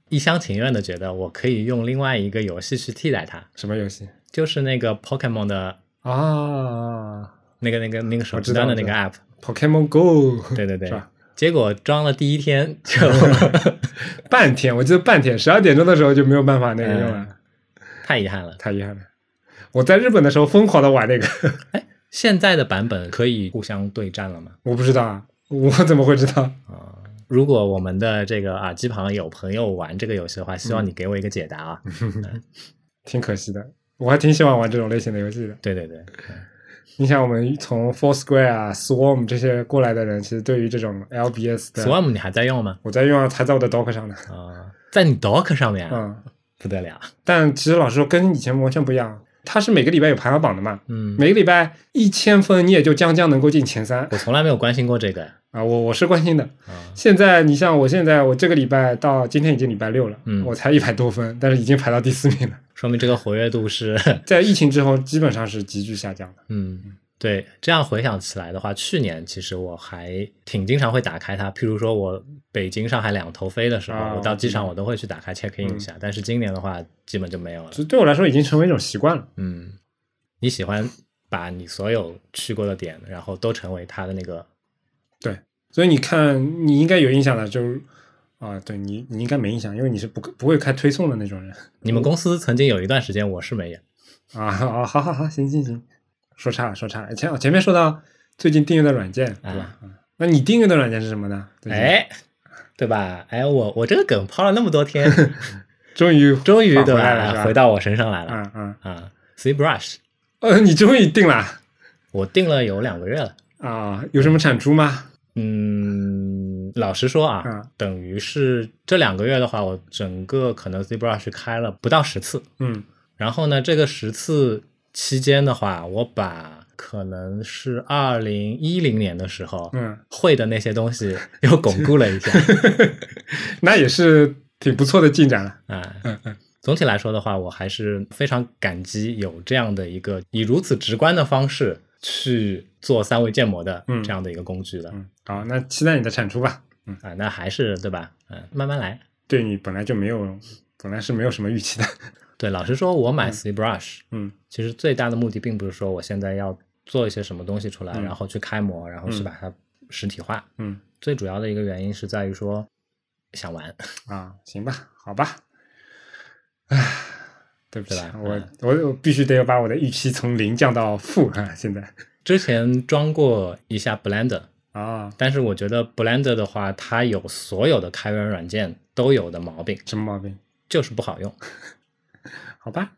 [SPEAKER 1] 一厢情愿的觉得我可以用另外一个游戏去替代它，
[SPEAKER 2] 什么游戏
[SPEAKER 1] 就是那个 Pokemon 的
[SPEAKER 2] 啊
[SPEAKER 1] 那个那个那个手
[SPEAKER 2] 我
[SPEAKER 1] 机
[SPEAKER 2] 知道
[SPEAKER 1] 端的
[SPEAKER 2] 我
[SPEAKER 1] 那
[SPEAKER 2] 知
[SPEAKER 1] 个
[SPEAKER 2] 道
[SPEAKER 1] app，
[SPEAKER 2] ？Pokemon Go，
[SPEAKER 1] 对对对
[SPEAKER 2] 是吧，
[SPEAKER 1] 结果装了第一 天就
[SPEAKER 2] 半天，我记得半天，十二点钟的时候就没有办法那个用了，
[SPEAKER 1] 嗯太遗憾了。
[SPEAKER 2] 太遗憾了。我在日本的时候疯狂的玩那个，
[SPEAKER 1] 现在的版本可以互相对战了吗？
[SPEAKER 2] 我不知道啊，我怎么会知道？
[SPEAKER 1] 啊、如果我们的这个耳机旁有朋友玩这个游戏的话，希
[SPEAKER 2] 嗯
[SPEAKER 1] 望你给我一个解答啊。
[SPEAKER 2] 挺可惜的，我还挺喜欢玩这种类型的游戏的。
[SPEAKER 1] 对对对，
[SPEAKER 2] 你想，我们从 Foursquare 啊、Swarm 这些过来的人，其实对于这种 LBS 的
[SPEAKER 1] Swarm 你还在用吗？
[SPEAKER 2] 我在用啊，才在我的 Dock 上的。
[SPEAKER 1] 啊、在你 Dock 上面、啊，
[SPEAKER 2] 嗯，
[SPEAKER 1] 不得了。
[SPEAKER 2] 但其实老实说，跟以前完全不一样。它是每个礼拜有排行榜的嘛，
[SPEAKER 1] 嗯，
[SPEAKER 2] 每个礼拜一千分你也就将将能够进前三
[SPEAKER 1] 我从来没有关心过这个
[SPEAKER 2] 啊。我我是关心的。
[SPEAKER 1] 啊。
[SPEAKER 2] 现在你像我现在，我这个礼拜到今天已经礼拜六了，
[SPEAKER 1] 嗯
[SPEAKER 2] 我才一百多分，但是已经排到第四名了。
[SPEAKER 1] 说明这个活跃度是，
[SPEAKER 2] 在疫情之后，基本上是急剧下降的。
[SPEAKER 1] 嗯，对。这样回想起来的话，去年其实我还挺经常会打开它，譬如说我北京、上海两头飞的时候，
[SPEAKER 2] 啊嗯
[SPEAKER 1] 我到
[SPEAKER 2] 我
[SPEAKER 1] 机
[SPEAKER 2] 知道
[SPEAKER 1] 场我都会去打开 check in 一下。但是今年的话，基本就没有了
[SPEAKER 2] 其。实对我来说，已经成为一种习惯了。
[SPEAKER 1] 嗯，你喜欢把你所有去过的点，然后都成为它的那个
[SPEAKER 2] 对，所以你看，你应该有印象的，就是啊，对你你应该没印象，因为你是不不会开推送的那种人
[SPEAKER 1] 你们公司曾经有一段时间我是没有，
[SPEAKER 2] 啊啊，好好好，行行行，说差了说差了，前前面说到最近订阅的软件对吧？啊那你订阅的软件是什么呢？最近，
[SPEAKER 1] 哎，对吧？哎，我我这个梗抛了那么多 天，
[SPEAKER 2] 终于
[SPEAKER 1] 终于
[SPEAKER 2] 返
[SPEAKER 1] 对
[SPEAKER 2] 回来了是
[SPEAKER 1] 吧？
[SPEAKER 2] 吧？
[SPEAKER 1] 回到我身上来了
[SPEAKER 2] 啊啊，
[SPEAKER 1] 啊！C Brush，
[SPEAKER 2] 呃，你终于定了
[SPEAKER 1] 我定了有两个月了。
[SPEAKER 2] 啊？有什么产出吗？
[SPEAKER 1] 嗯，老实说啊，
[SPEAKER 2] 嗯
[SPEAKER 1] 等于是这两个月的话，我整个可能 ZBrush 开了不到十次。
[SPEAKER 2] 嗯
[SPEAKER 1] 然后呢，这个十次期间的话，我把可能是二零一零年的时候、
[SPEAKER 2] 嗯，
[SPEAKER 1] 会的那些东西又巩固了一下。
[SPEAKER 2] 那也是挺不错的进展了。
[SPEAKER 1] 啊、
[SPEAKER 2] 嗯嗯
[SPEAKER 1] 总体来说的话，我还是非常感激有这样的一个以如此直观的方式去做三维建模的
[SPEAKER 2] 嗯
[SPEAKER 1] 这样的一个工具的。
[SPEAKER 2] 嗯，好，那期待你的产出吧。
[SPEAKER 1] 啊，那还是对吧？嗯，慢慢来。
[SPEAKER 2] 对你本来就没有，本来是没有什么预期的。
[SPEAKER 1] 对，老实说，我买 C Brush，、
[SPEAKER 2] 嗯
[SPEAKER 1] 其实最大的目的并不是说我现在要做一些什么东西出来，
[SPEAKER 2] 嗯
[SPEAKER 1] 然后去开模，然后去
[SPEAKER 2] 嗯
[SPEAKER 1] 把它实体化。
[SPEAKER 2] 嗯
[SPEAKER 1] 最主要的一个原因是在于说想玩，
[SPEAKER 2] 啊，行吧，好吧。唉，对不起
[SPEAKER 1] 对吧，
[SPEAKER 2] 我
[SPEAKER 1] 嗯
[SPEAKER 2] 我我必须得把我的预期从零降到负啊！现在
[SPEAKER 1] 之前装过一下 Blender，
[SPEAKER 2] 啊，
[SPEAKER 1] 但是我觉得 Blender 的话，它有所有的开源软件都有的毛病，
[SPEAKER 2] 什么毛病？
[SPEAKER 1] 就是不好用。
[SPEAKER 2] 好吧，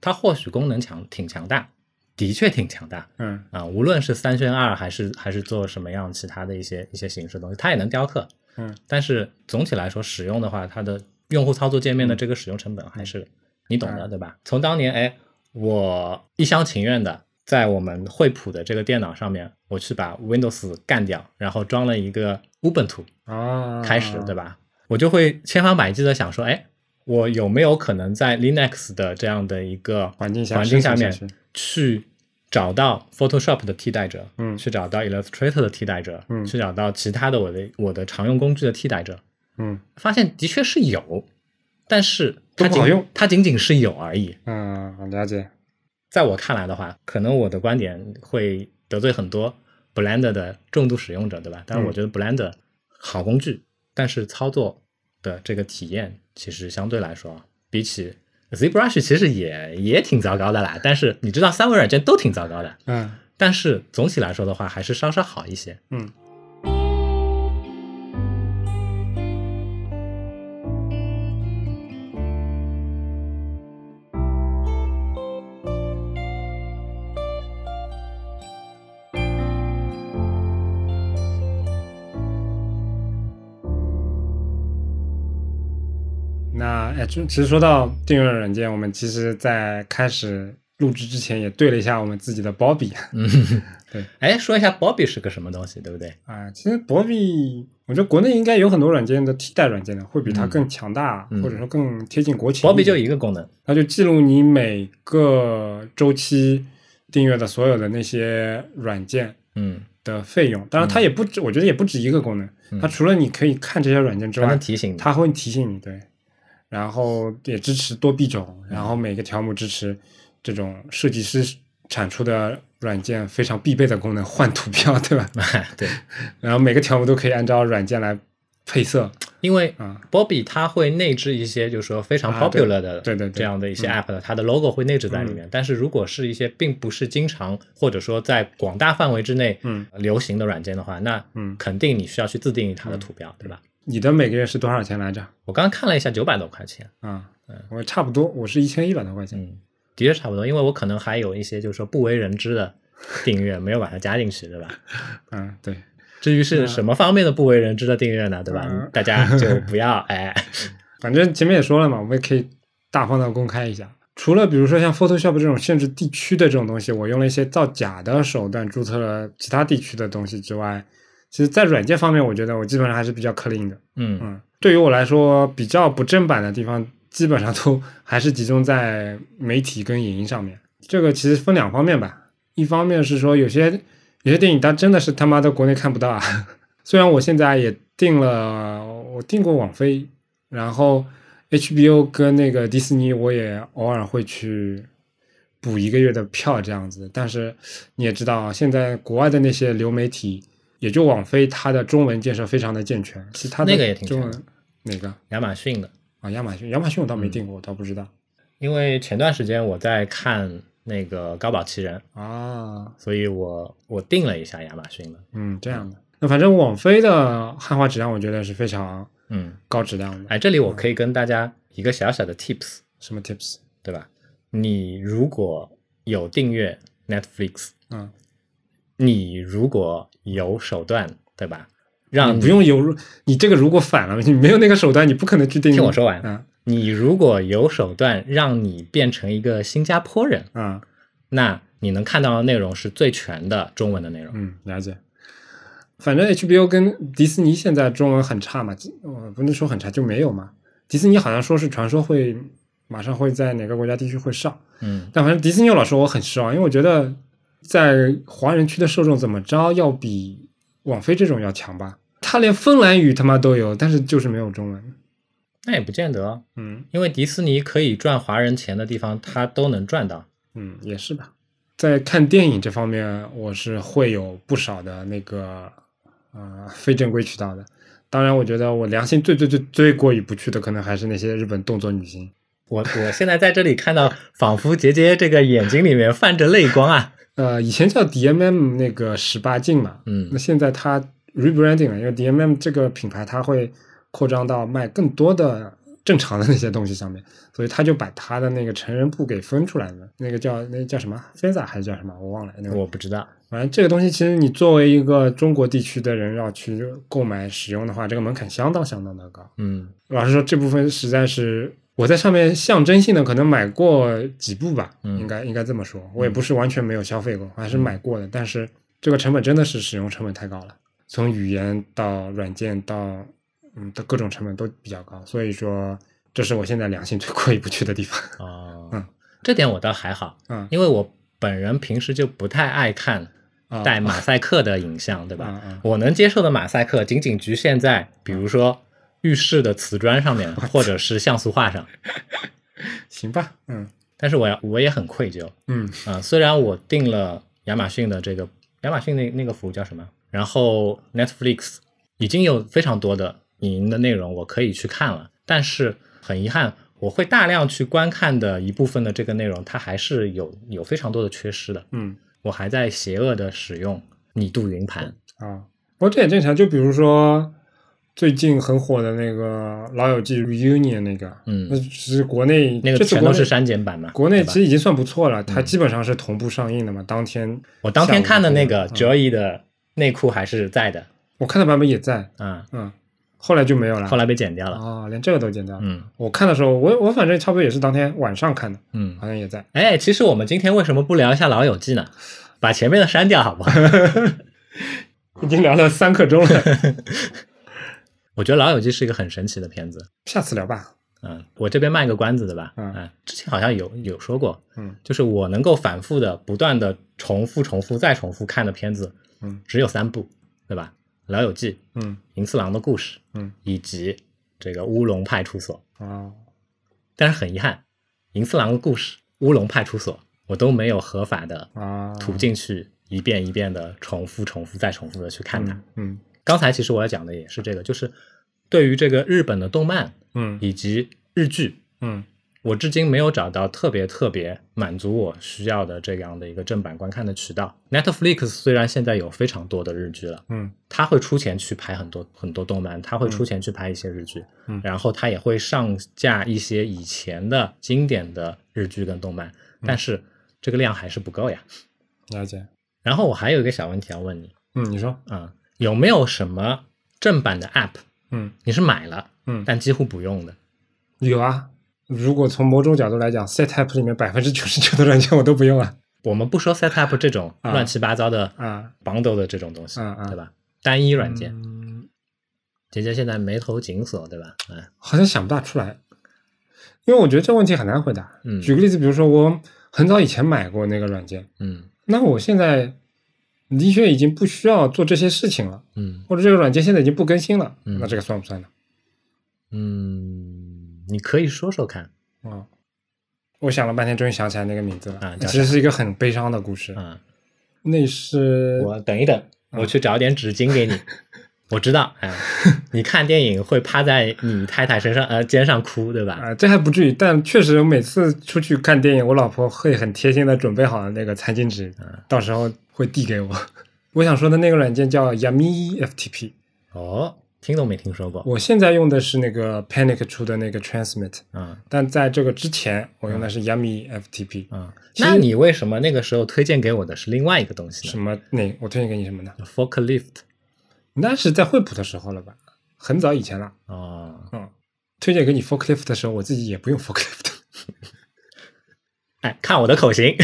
[SPEAKER 1] 它或许功能强挺强大，的确挺强大
[SPEAKER 2] 嗯
[SPEAKER 1] 啊、无论是三选二还是还是做什么样其他的一些一些形式的东西，它也能雕刻。
[SPEAKER 2] 嗯
[SPEAKER 1] 但是总体来说，使用的话，它的用户操作界面的这个使用成本还是你懂的，对吧？从当年，哎，我一厢情愿的在我们惠普的这个电脑上面，我去把 Windows 干掉，然后装了一个 Ubuntu
[SPEAKER 2] 啊，
[SPEAKER 1] 开始，对吧？我就会千方百计的想说，哎，我有没有可能在 Linux 的这样的一个
[SPEAKER 2] 环境下
[SPEAKER 1] 环境下面
[SPEAKER 2] 生存下
[SPEAKER 1] 去找到 Photoshop 的替代者，
[SPEAKER 2] 嗯
[SPEAKER 1] 去找到 Illustrator 的替代者，
[SPEAKER 2] 嗯
[SPEAKER 1] 去找到其他的我的我的常用工具的替代者，
[SPEAKER 2] 嗯
[SPEAKER 1] 发现的确是有，但是它
[SPEAKER 2] 都不好
[SPEAKER 1] 仅
[SPEAKER 2] 用
[SPEAKER 1] 它仅仅是有而已。
[SPEAKER 2] 嗯，我了解，
[SPEAKER 1] 在我看来的话，可能我的观点会得罪很多 Blender 的重度使用者，对吧？但是
[SPEAKER 2] 嗯
[SPEAKER 1] 我觉得 Blender 好工具，但是操作的这个体验其实相对来说啊，比起 ZBrush 其实也也挺糟糕的啦。但是你知道，三维软件都挺糟糕的，
[SPEAKER 2] 嗯
[SPEAKER 1] 但是总体来说的话，还是稍稍好一些。
[SPEAKER 2] 嗯，那哎，就其实说到订阅软件，我们其实在开始录制之前也对了一下我们自己的包比。
[SPEAKER 1] 嗯，
[SPEAKER 2] 对。
[SPEAKER 1] 哎，说一下 Bobby 是个什么东西，对不对？
[SPEAKER 2] 啊，其实博比，我觉得国内应该有很多软件的替代软件的，会比它
[SPEAKER 1] 嗯
[SPEAKER 2] 更强大，
[SPEAKER 1] 嗯
[SPEAKER 2] 或者说更贴近国情一
[SPEAKER 1] Bobby
[SPEAKER 2] 点。
[SPEAKER 1] 就一个功能，
[SPEAKER 2] 它就记录你每个周期订阅的所有的那些软件
[SPEAKER 1] 嗯，
[SPEAKER 2] 的费用。当然，它也不止，我觉得也不止一个功能。它除了你可以看这些软件之
[SPEAKER 1] 它嗯能
[SPEAKER 2] 外，
[SPEAKER 1] 提醒你。
[SPEAKER 2] 它会提醒你对，然后也支持多币种，然后每个条目支持这种设计师产出的软件非常必备的功能，换图标，对吧？
[SPEAKER 1] 对，
[SPEAKER 2] 然后每个条目都可以按照软件来配色。
[SPEAKER 1] 因为
[SPEAKER 2] 啊
[SPEAKER 1] Bobby 它会内置一些，就是说非常
[SPEAKER 2] 啊对
[SPEAKER 1] popular 的、
[SPEAKER 2] 对对对
[SPEAKER 1] 这样的一些
[SPEAKER 2] 嗯
[SPEAKER 1] app 的，它的 logo 会内置在里面。但是如果是一些并不是经常或者说在广大范围之内
[SPEAKER 2] 嗯
[SPEAKER 1] 流行的软件的话，那
[SPEAKER 2] 嗯
[SPEAKER 1] 肯定你需要去自定义它的图标，对吧？
[SPEAKER 2] 你的每个月是多少钱来着？
[SPEAKER 1] 我刚刚看了一下，九百多块钱，
[SPEAKER 2] 啊，我差不多，我是一千一百多块钱。
[SPEAKER 1] 嗯，的确差不多，因为我可能还有一些就是说不为人知的订阅没有把它加进去，对 吧？
[SPEAKER 2] 嗯，对，
[SPEAKER 1] 至于是什么方面的不为人知的订阅呢，对吧？
[SPEAKER 2] 嗯
[SPEAKER 1] 大家就不要哎，
[SPEAKER 2] 反正前面也说了嘛，我们也可以大方的公开一下。除了比如说像 Photoshop 这种限制地区的这种东西，我用了一些造假的手段注册了其他地区的东西之外，其实，在软件方面，我觉得我基本上还是比较 clean 的。
[SPEAKER 1] 嗯
[SPEAKER 2] 嗯，对于我来说，比较不正版的地方，基本上都还是集中在媒体跟影音上面。这个其实分两方面吧，一方面是说有些有些电影它真的是他妈的国内看不到啊。 虽然我现在也订了，我订过网飞，然后 HBO 跟那个迪士尼，我也偶尔会去啊补一个月的票这样子。但是你也知道，现在国外的那些流媒体也就网飞它的中文建设非常的健全，其他的
[SPEAKER 1] 那个也挺
[SPEAKER 2] 中
[SPEAKER 1] 强的
[SPEAKER 2] 文哪个
[SPEAKER 1] 亚马逊的，
[SPEAKER 2] 啊？亚马逊，亚马逊我倒没订过，我倒不知道
[SPEAKER 1] 因为前段时间我在看那个《高保奇人》，
[SPEAKER 2] 啊。
[SPEAKER 1] 所以我我定了一下亚马逊的。
[SPEAKER 2] 嗯，这样的。那反正网飞的汉化质量，我觉得是非常
[SPEAKER 1] 嗯，
[SPEAKER 2] 高质量的。
[SPEAKER 1] 哎，这里我可以跟大家一个小小的 tips，
[SPEAKER 2] 什么 tips？
[SPEAKER 1] 对吧？你如果有订阅 Netflix，
[SPEAKER 2] 嗯，
[SPEAKER 1] 你如果有手段，对吧？让
[SPEAKER 2] 你不用有，你这个如果反了，你没有那个手段，你不可能去订。
[SPEAKER 1] 听我说完
[SPEAKER 2] 嗯
[SPEAKER 1] 你如果有手段让你变成一个新加坡人，
[SPEAKER 2] 嗯
[SPEAKER 1] 那你能看到的内容是最全的中文的内容。
[SPEAKER 2] 嗯，了解。反正 HBO 跟迪士尼现在中文很差嘛，我不能说很差，就没有嘛。迪士尼好像说是传说会马上会在哪个国家地区会上，
[SPEAKER 1] 嗯，
[SPEAKER 2] 但反正迪士尼老师我很失望，因为我觉得在华人区的受众怎么着要比网飞这种要强吧。他连芬兰语他妈都有，但是就是没有中文。
[SPEAKER 1] 那也不见得哦，
[SPEAKER 2] 嗯
[SPEAKER 1] 因为迪士尼可以赚华人钱的地方，他都能赚到。
[SPEAKER 2] 嗯，也是吧。在看电影这方面，我是会有不少的那个呃非正规渠道的。当然，我觉得我良心最最最最过意不去的，可能还是那些日本动作女星。
[SPEAKER 1] 我我现在在这里看到，仿佛杰杰这个眼睛里面泛着泪光啊。
[SPEAKER 2] 呃，以前叫 DMM 那个十八禁嘛，
[SPEAKER 1] 嗯
[SPEAKER 2] 那现在它 rebranding 了，因为 DMM 这个品牌它会扩张到卖更多的正常的那些东西上面，所以它就把它的那个成人部给分出来了，那个叫那叫什么 Feza 还是叫什么，我忘了。那个
[SPEAKER 1] 我不知道，
[SPEAKER 2] 反正这个东西，其实你作为一个中国地区的人要去购买使用的话，这个门槛相当相当的高。
[SPEAKER 1] 嗯，
[SPEAKER 2] 老实说，这部分实在是我在上面象征性的可能买过几部吧，
[SPEAKER 1] 嗯
[SPEAKER 2] 应该应该这么说。我也不是完全没有消费过，我还是买过的，但是这个成本真的是使用成本太高了，从语言到软件到嗯的各种成本都比较高，所以说这是我现在良心最过意不去的地方。
[SPEAKER 1] 哦，
[SPEAKER 2] 嗯
[SPEAKER 1] 这点我倒还好，
[SPEAKER 2] 嗯
[SPEAKER 1] 因为我本人平时就不太爱看
[SPEAKER 2] 啊，
[SPEAKER 1] 带马赛克的影像，对吧？
[SPEAKER 2] 啊啊
[SPEAKER 1] 我能接受的马赛克仅仅局限在，比如说浴室的瓷砖上面，或者是像素画上。
[SPEAKER 2] 行吧，嗯
[SPEAKER 1] 但是我要我也很愧疚啊、
[SPEAKER 2] 嗯
[SPEAKER 1] 虽然我订了亚马逊的这个亚马逊那那个服务叫什么，然后 Netflix 已经有非常多的影音的内容我可以去看了，但是很遗憾，我会大量去观看的一部分的这个内容，它还是有有非常多的缺失的。
[SPEAKER 2] 嗯
[SPEAKER 1] 我还在邪恶的使用你度云盘，
[SPEAKER 2] 啊，不过这也正常。就比如说最近很火的那个《老友记 Reunion》那个，
[SPEAKER 1] 嗯
[SPEAKER 2] 那是国内
[SPEAKER 1] 那个
[SPEAKER 2] 这次
[SPEAKER 1] 全
[SPEAKER 2] 国
[SPEAKER 1] 都
[SPEAKER 2] 内
[SPEAKER 1] 是删减版嘛？
[SPEAKER 2] 国内
[SPEAKER 1] 对吧嗯
[SPEAKER 2] 其实已经算不错了，它基本上是同步上映的嘛。当天
[SPEAKER 1] 我当天看的那个
[SPEAKER 2] 嗯
[SPEAKER 1] Joey 的内裤还是在的
[SPEAKER 2] 我看的版本也在，
[SPEAKER 1] 啊、
[SPEAKER 2] 嗯，后来就没有了。
[SPEAKER 1] 后来被剪掉了。
[SPEAKER 2] 啊、连这个都剪掉了。
[SPEAKER 1] 嗯
[SPEAKER 2] 我看的时候，我我反正差不多也是当天晚上看的，
[SPEAKER 1] 嗯，
[SPEAKER 2] 好像也在。
[SPEAKER 1] 哎，其实我们今天为什么不聊一下《老友记》呢？把前面的删掉好不好？
[SPEAKER 2] 已经聊了三刻钟了，
[SPEAKER 1] 我觉得《老友记》是一个很神奇的片子。
[SPEAKER 2] 下次聊吧。
[SPEAKER 1] 嗯，我这边卖个关子对吧？
[SPEAKER 2] 嗯
[SPEAKER 1] 之前好像有有说过，
[SPEAKER 2] 嗯，
[SPEAKER 1] 就是我能够反复的、不断的重复、重复再重复看的片子，
[SPEAKER 2] 嗯，
[SPEAKER 1] 只有三部，对吧？《老友记》、《
[SPEAKER 2] 嗯
[SPEAKER 1] 银次郎的故事》，
[SPEAKER 2] 嗯，
[SPEAKER 1] 以及这个《乌龙派出所》。
[SPEAKER 2] 啊，
[SPEAKER 1] 但是很遗憾，《银次郎的故事》《乌龙派出所》我都没有合法的
[SPEAKER 2] 啊
[SPEAKER 1] 途径去一遍一遍的重复、重复再重复的去看它。
[SPEAKER 2] 嗯嗯
[SPEAKER 1] 刚才其实我要讲的也是这个，就是对于这个日本的动漫
[SPEAKER 2] 嗯
[SPEAKER 1] 以及日剧，
[SPEAKER 2] 嗯
[SPEAKER 1] 我至今没有找到特别特别满足我需要的这样的一个正版观看的渠道。Netflix 虽然现在有非常多的日剧了，
[SPEAKER 2] 嗯
[SPEAKER 1] 他会出钱去拍很多很多动漫，他会出钱去拍一些日剧，
[SPEAKER 2] 嗯
[SPEAKER 1] 然后他也会上架一些以前的经典的日剧跟动漫，但是这个量还是不够呀。
[SPEAKER 2] 了解。
[SPEAKER 1] 然后我还有一个小问题要问你，
[SPEAKER 2] 嗯，你说。
[SPEAKER 1] 啊、有没有什么正版的 App
[SPEAKER 2] 嗯
[SPEAKER 1] 你是买了
[SPEAKER 2] 嗯，
[SPEAKER 1] 但几乎不用的？
[SPEAKER 2] 有啊，如果从某种角度来讲，Set App 里面百分之九十九的软件我都不用啊。
[SPEAKER 1] 我们不说 Setup 这种
[SPEAKER 2] 啊
[SPEAKER 1] 乱七八糟的
[SPEAKER 2] 啊
[SPEAKER 1] bundle 的这种东西，
[SPEAKER 2] 啊啊
[SPEAKER 1] 对吧？单一软件，
[SPEAKER 2] 嗯，
[SPEAKER 1] 姐姐现在眉头紧锁，对吧？啊，
[SPEAKER 2] 好像想不大出来，因为我觉得这问题很难回答。
[SPEAKER 1] 嗯
[SPEAKER 2] 举个例子，比如说我很早以前买过那个软件，
[SPEAKER 1] 嗯
[SPEAKER 2] 那我现在的确已经不需要做这些事情了，
[SPEAKER 1] 嗯
[SPEAKER 2] 或者这个软件现在已经不更新了，
[SPEAKER 1] 嗯
[SPEAKER 2] 那这个算不算呢？
[SPEAKER 1] 嗯，你可以说说看
[SPEAKER 2] 啊、我想了半天，终于想起来那个名字了。
[SPEAKER 1] 啊叫
[SPEAKER 2] 其实是一个很悲伤的故事。
[SPEAKER 1] 啊、
[SPEAKER 2] 那是
[SPEAKER 1] 我等一等，
[SPEAKER 2] 啊
[SPEAKER 1] 我去找点纸巾给 你。我知道，哎，你看电影会趴在你太太身上 呃肩上哭，对吧？
[SPEAKER 2] 啊，这还不至于，但确实每次出去看电影，我老婆会很贴心的准备好那个餐巾纸，啊到时候会递给我。 我想说的那个软件叫 E Yami FTP，
[SPEAKER 1] 哦，听都没听说过。
[SPEAKER 2] 我现在用的是那个 Panic 出的那个 Transmit，
[SPEAKER 1] 嗯
[SPEAKER 2] 但在这个之前我用的是 E Yami FTP，、
[SPEAKER 1] 嗯，
[SPEAKER 2] 其实
[SPEAKER 1] 那你为什么那个时候推荐给我的是另外一个东西
[SPEAKER 2] 什
[SPEAKER 1] 呢
[SPEAKER 2] 么那我推荐给你什么呢？
[SPEAKER 1] ？Forklift
[SPEAKER 2] 那是在惠普的时候了吧，很早以前了。
[SPEAKER 1] 哦，
[SPEAKER 2] 嗯，推荐给你 forklift 的时候，我自己也不用 forklift。
[SPEAKER 1] 哎，看我的口型，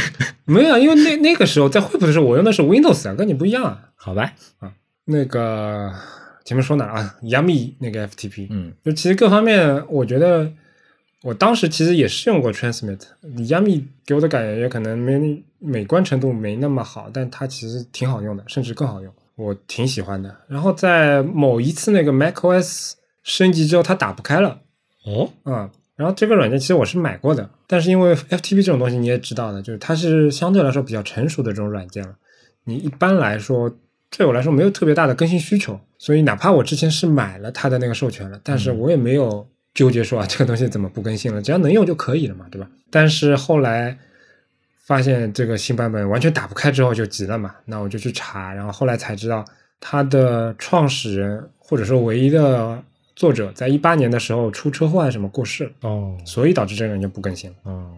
[SPEAKER 2] 没有，啊因为那那个时候在惠普的时候，我用的是 Windows 啊，跟你不一样啊。
[SPEAKER 1] 好吧？
[SPEAKER 2] 那个前面说哪儿啊？Yami 那个 FTP，、
[SPEAKER 1] 嗯
[SPEAKER 2] 就其实各方面，我觉得我当时其实也是用过 Transmit。Yami 给我的感觉可能没美观程度没那么好，但它其实挺好用的，甚至更好用，我挺喜欢的。然后在某一次那个 macOS 升级之后，它打不开了。
[SPEAKER 1] 哦，
[SPEAKER 2] 嗯，然后这个软件其实我是买过的，但是因为 FTP 这种东西你也知道的，就是它是相对来说比较成熟的这种软件了。你一般来说，对我来说没有特别大的更新需求，所以哪怕我之前是买了它的那个授权了，但是我也没有纠结说啊这个东西怎么不更新了，只要能用就可以了嘛，对吧？但是后来发现这个新版本完全打不开之后就急了嘛，那我就去查，然后后来才知道它的创始人或者说唯一的作者在一八年的时候出车祸还是什么过世了，
[SPEAKER 1] 哦，
[SPEAKER 2] 所以导致这个人就不更新了。
[SPEAKER 1] 哦，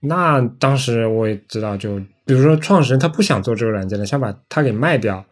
[SPEAKER 2] 那当时我也知道就，比如说创始人他不想做这个软件了，想把它给卖掉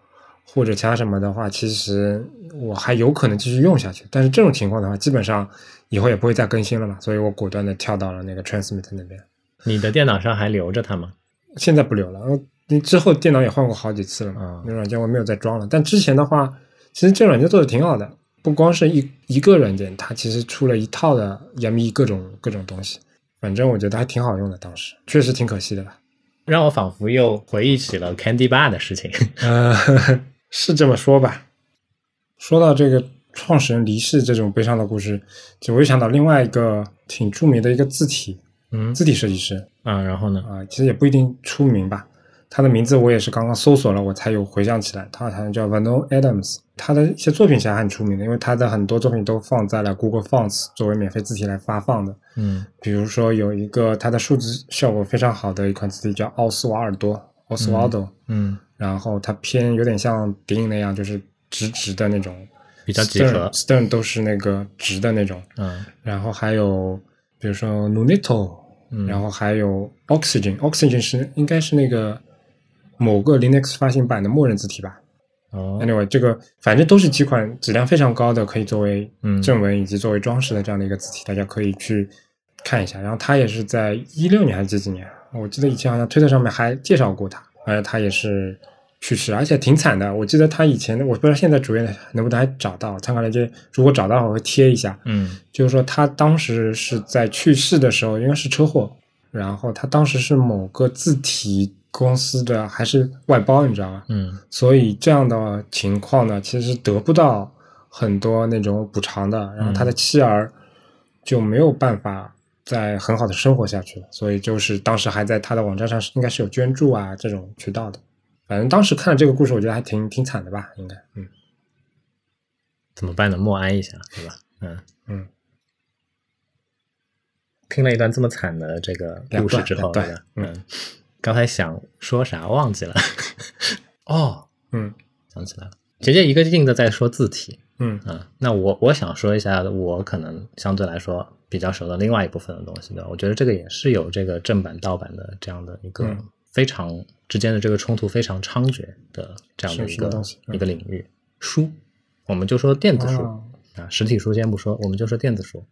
[SPEAKER 2] 或者其他什么的话，其实我还有可能继续用下去。但是这种情况的话，基本上以后也不会再更新了嘛，所以我果断的跳到了那个 Transmit 那边。
[SPEAKER 1] 你的电脑上还留着它吗？
[SPEAKER 2] 现在不留了。然后你之后电脑也换过好几次了嘛
[SPEAKER 1] 啊，
[SPEAKER 2] 那、软件我没有再装了。但之前的话，其实这软件做的挺好的，不光是一一个软件，它其实出了一套的 YAMI 各种各种东西。反正我觉得还挺好用的，当时确实挺可惜的吧。
[SPEAKER 1] 让我仿佛又回忆起了 Candy Bar 的事情。
[SPEAKER 2] 呃，是这么说吧。 说到这个创始人离世这种悲伤的故事，就我又想到另外一个挺著名的一个字体
[SPEAKER 1] 嗯
[SPEAKER 2] 字体设计师，
[SPEAKER 1] 啊，然后呢？
[SPEAKER 2] 啊、其实也不一定出名吧。他的名字我也是刚刚搜索了，我才有回想起来，他好像叫 Vano Adams。他的一些作品其实还很出名的，因为他的很多作品都放在了 Google Fonts 作为免费字体来发放的。
[SPEAKER 1] 嗯
[SPEAKER 2] 比如说有一个它的数字效果非常好的一款字体叫奥斯瓦尔多 （Oswaldo），、
[SPEAKER 1] 嗯，
[SPEAKER 2] 然后它偏有点像蝶影那样，就是直直的那种，
[SPEAKER 1] 比较几何
[SPEAKER 2] Stern 都是那个直的那种，
[SPEAKER 1] 嗯
[SPEAKER 2] 然后还有比如说 Nunito，、
[SPEAKER 1] 嗯
[SPEAKER 2] 然后还有 Oxygen，Oxygen 是应该是那个某个 Linux 发行版的默认字体吧。
[SPEAKER 1] 哦
[SPEAKER 2] Anyway，这个反正都是几款质量非常高的，可以作为
[SPEAKER 1] 嗯
[SPEAKER 2] 正文以及作为装饰的这样的一个字体，大家可以去看一下。然后它也是在一六年还是几几年，我记得以前好像推特上面还介绍过它，而且它也是去世，而且挺惨的。我记得他以前的，我不知道现在主页能不能还找到，参考链接如果找到的话我会贴一下。
[SPEAKER 1] 嗯
[SPEAKER 2] 就是说他当时是在去世的时候，应该是车祸，然后他当时是某个字体公司的还是外包，你知道吗？
[SPEAKER 1] 嗯
[SPEAKER 2] 所以这样的情况呢，其实得不到很多那种补偿的，然后他的妻儿就没有办法再很好的生活下去了，所以就是当时还在他的网站上是应该是有捐助啊这种渠道的，反正当时看了这个故事，我觉得还挺挺惨的吧，应该，嗯
[SPEAKER 1] 怎么办呢？默哀一下，对吧？嗯
[SPEAKER 2] 嗯，
[SPEAKER 1] 听了一段这么惨的这个故事之后，
[SPEAKER 2] 两段
[SPEAKER 1] 对吧？
[SPEAKER 2] 两段
[SPEAKER 1] 嗯，刚才想说啥忘记了。 哦，
[SPEAKER 2] 嗯
[SPEAKER 1] 想起来了，姐姐一个劲的在说字体。
[SPEAKER 2] 嗯
[SPEAKER 1] 嗯，那我我想说一下，我可能相对来说比较熟的另外一部分的东西的，我觉得这个也是有这个正版盗版的这样的一个
[SPEAKER 2] 嗯
[SPEAKER 1] 非常、之间的这个冲突非常猖獗的这样的
[SPEAKER 2] 是
[SPEAKER 1] 一
[SPEAKER 2] 什么
[SPEAKER 1] 个
[SPEAKER 2] 东西嗯
[SPEAKER 1] 一个领域。书，我们就说电子书、
[SPEAKER 2] 哦
[SPEAKER 1] 啊，实体书先不说，我们就说电子书。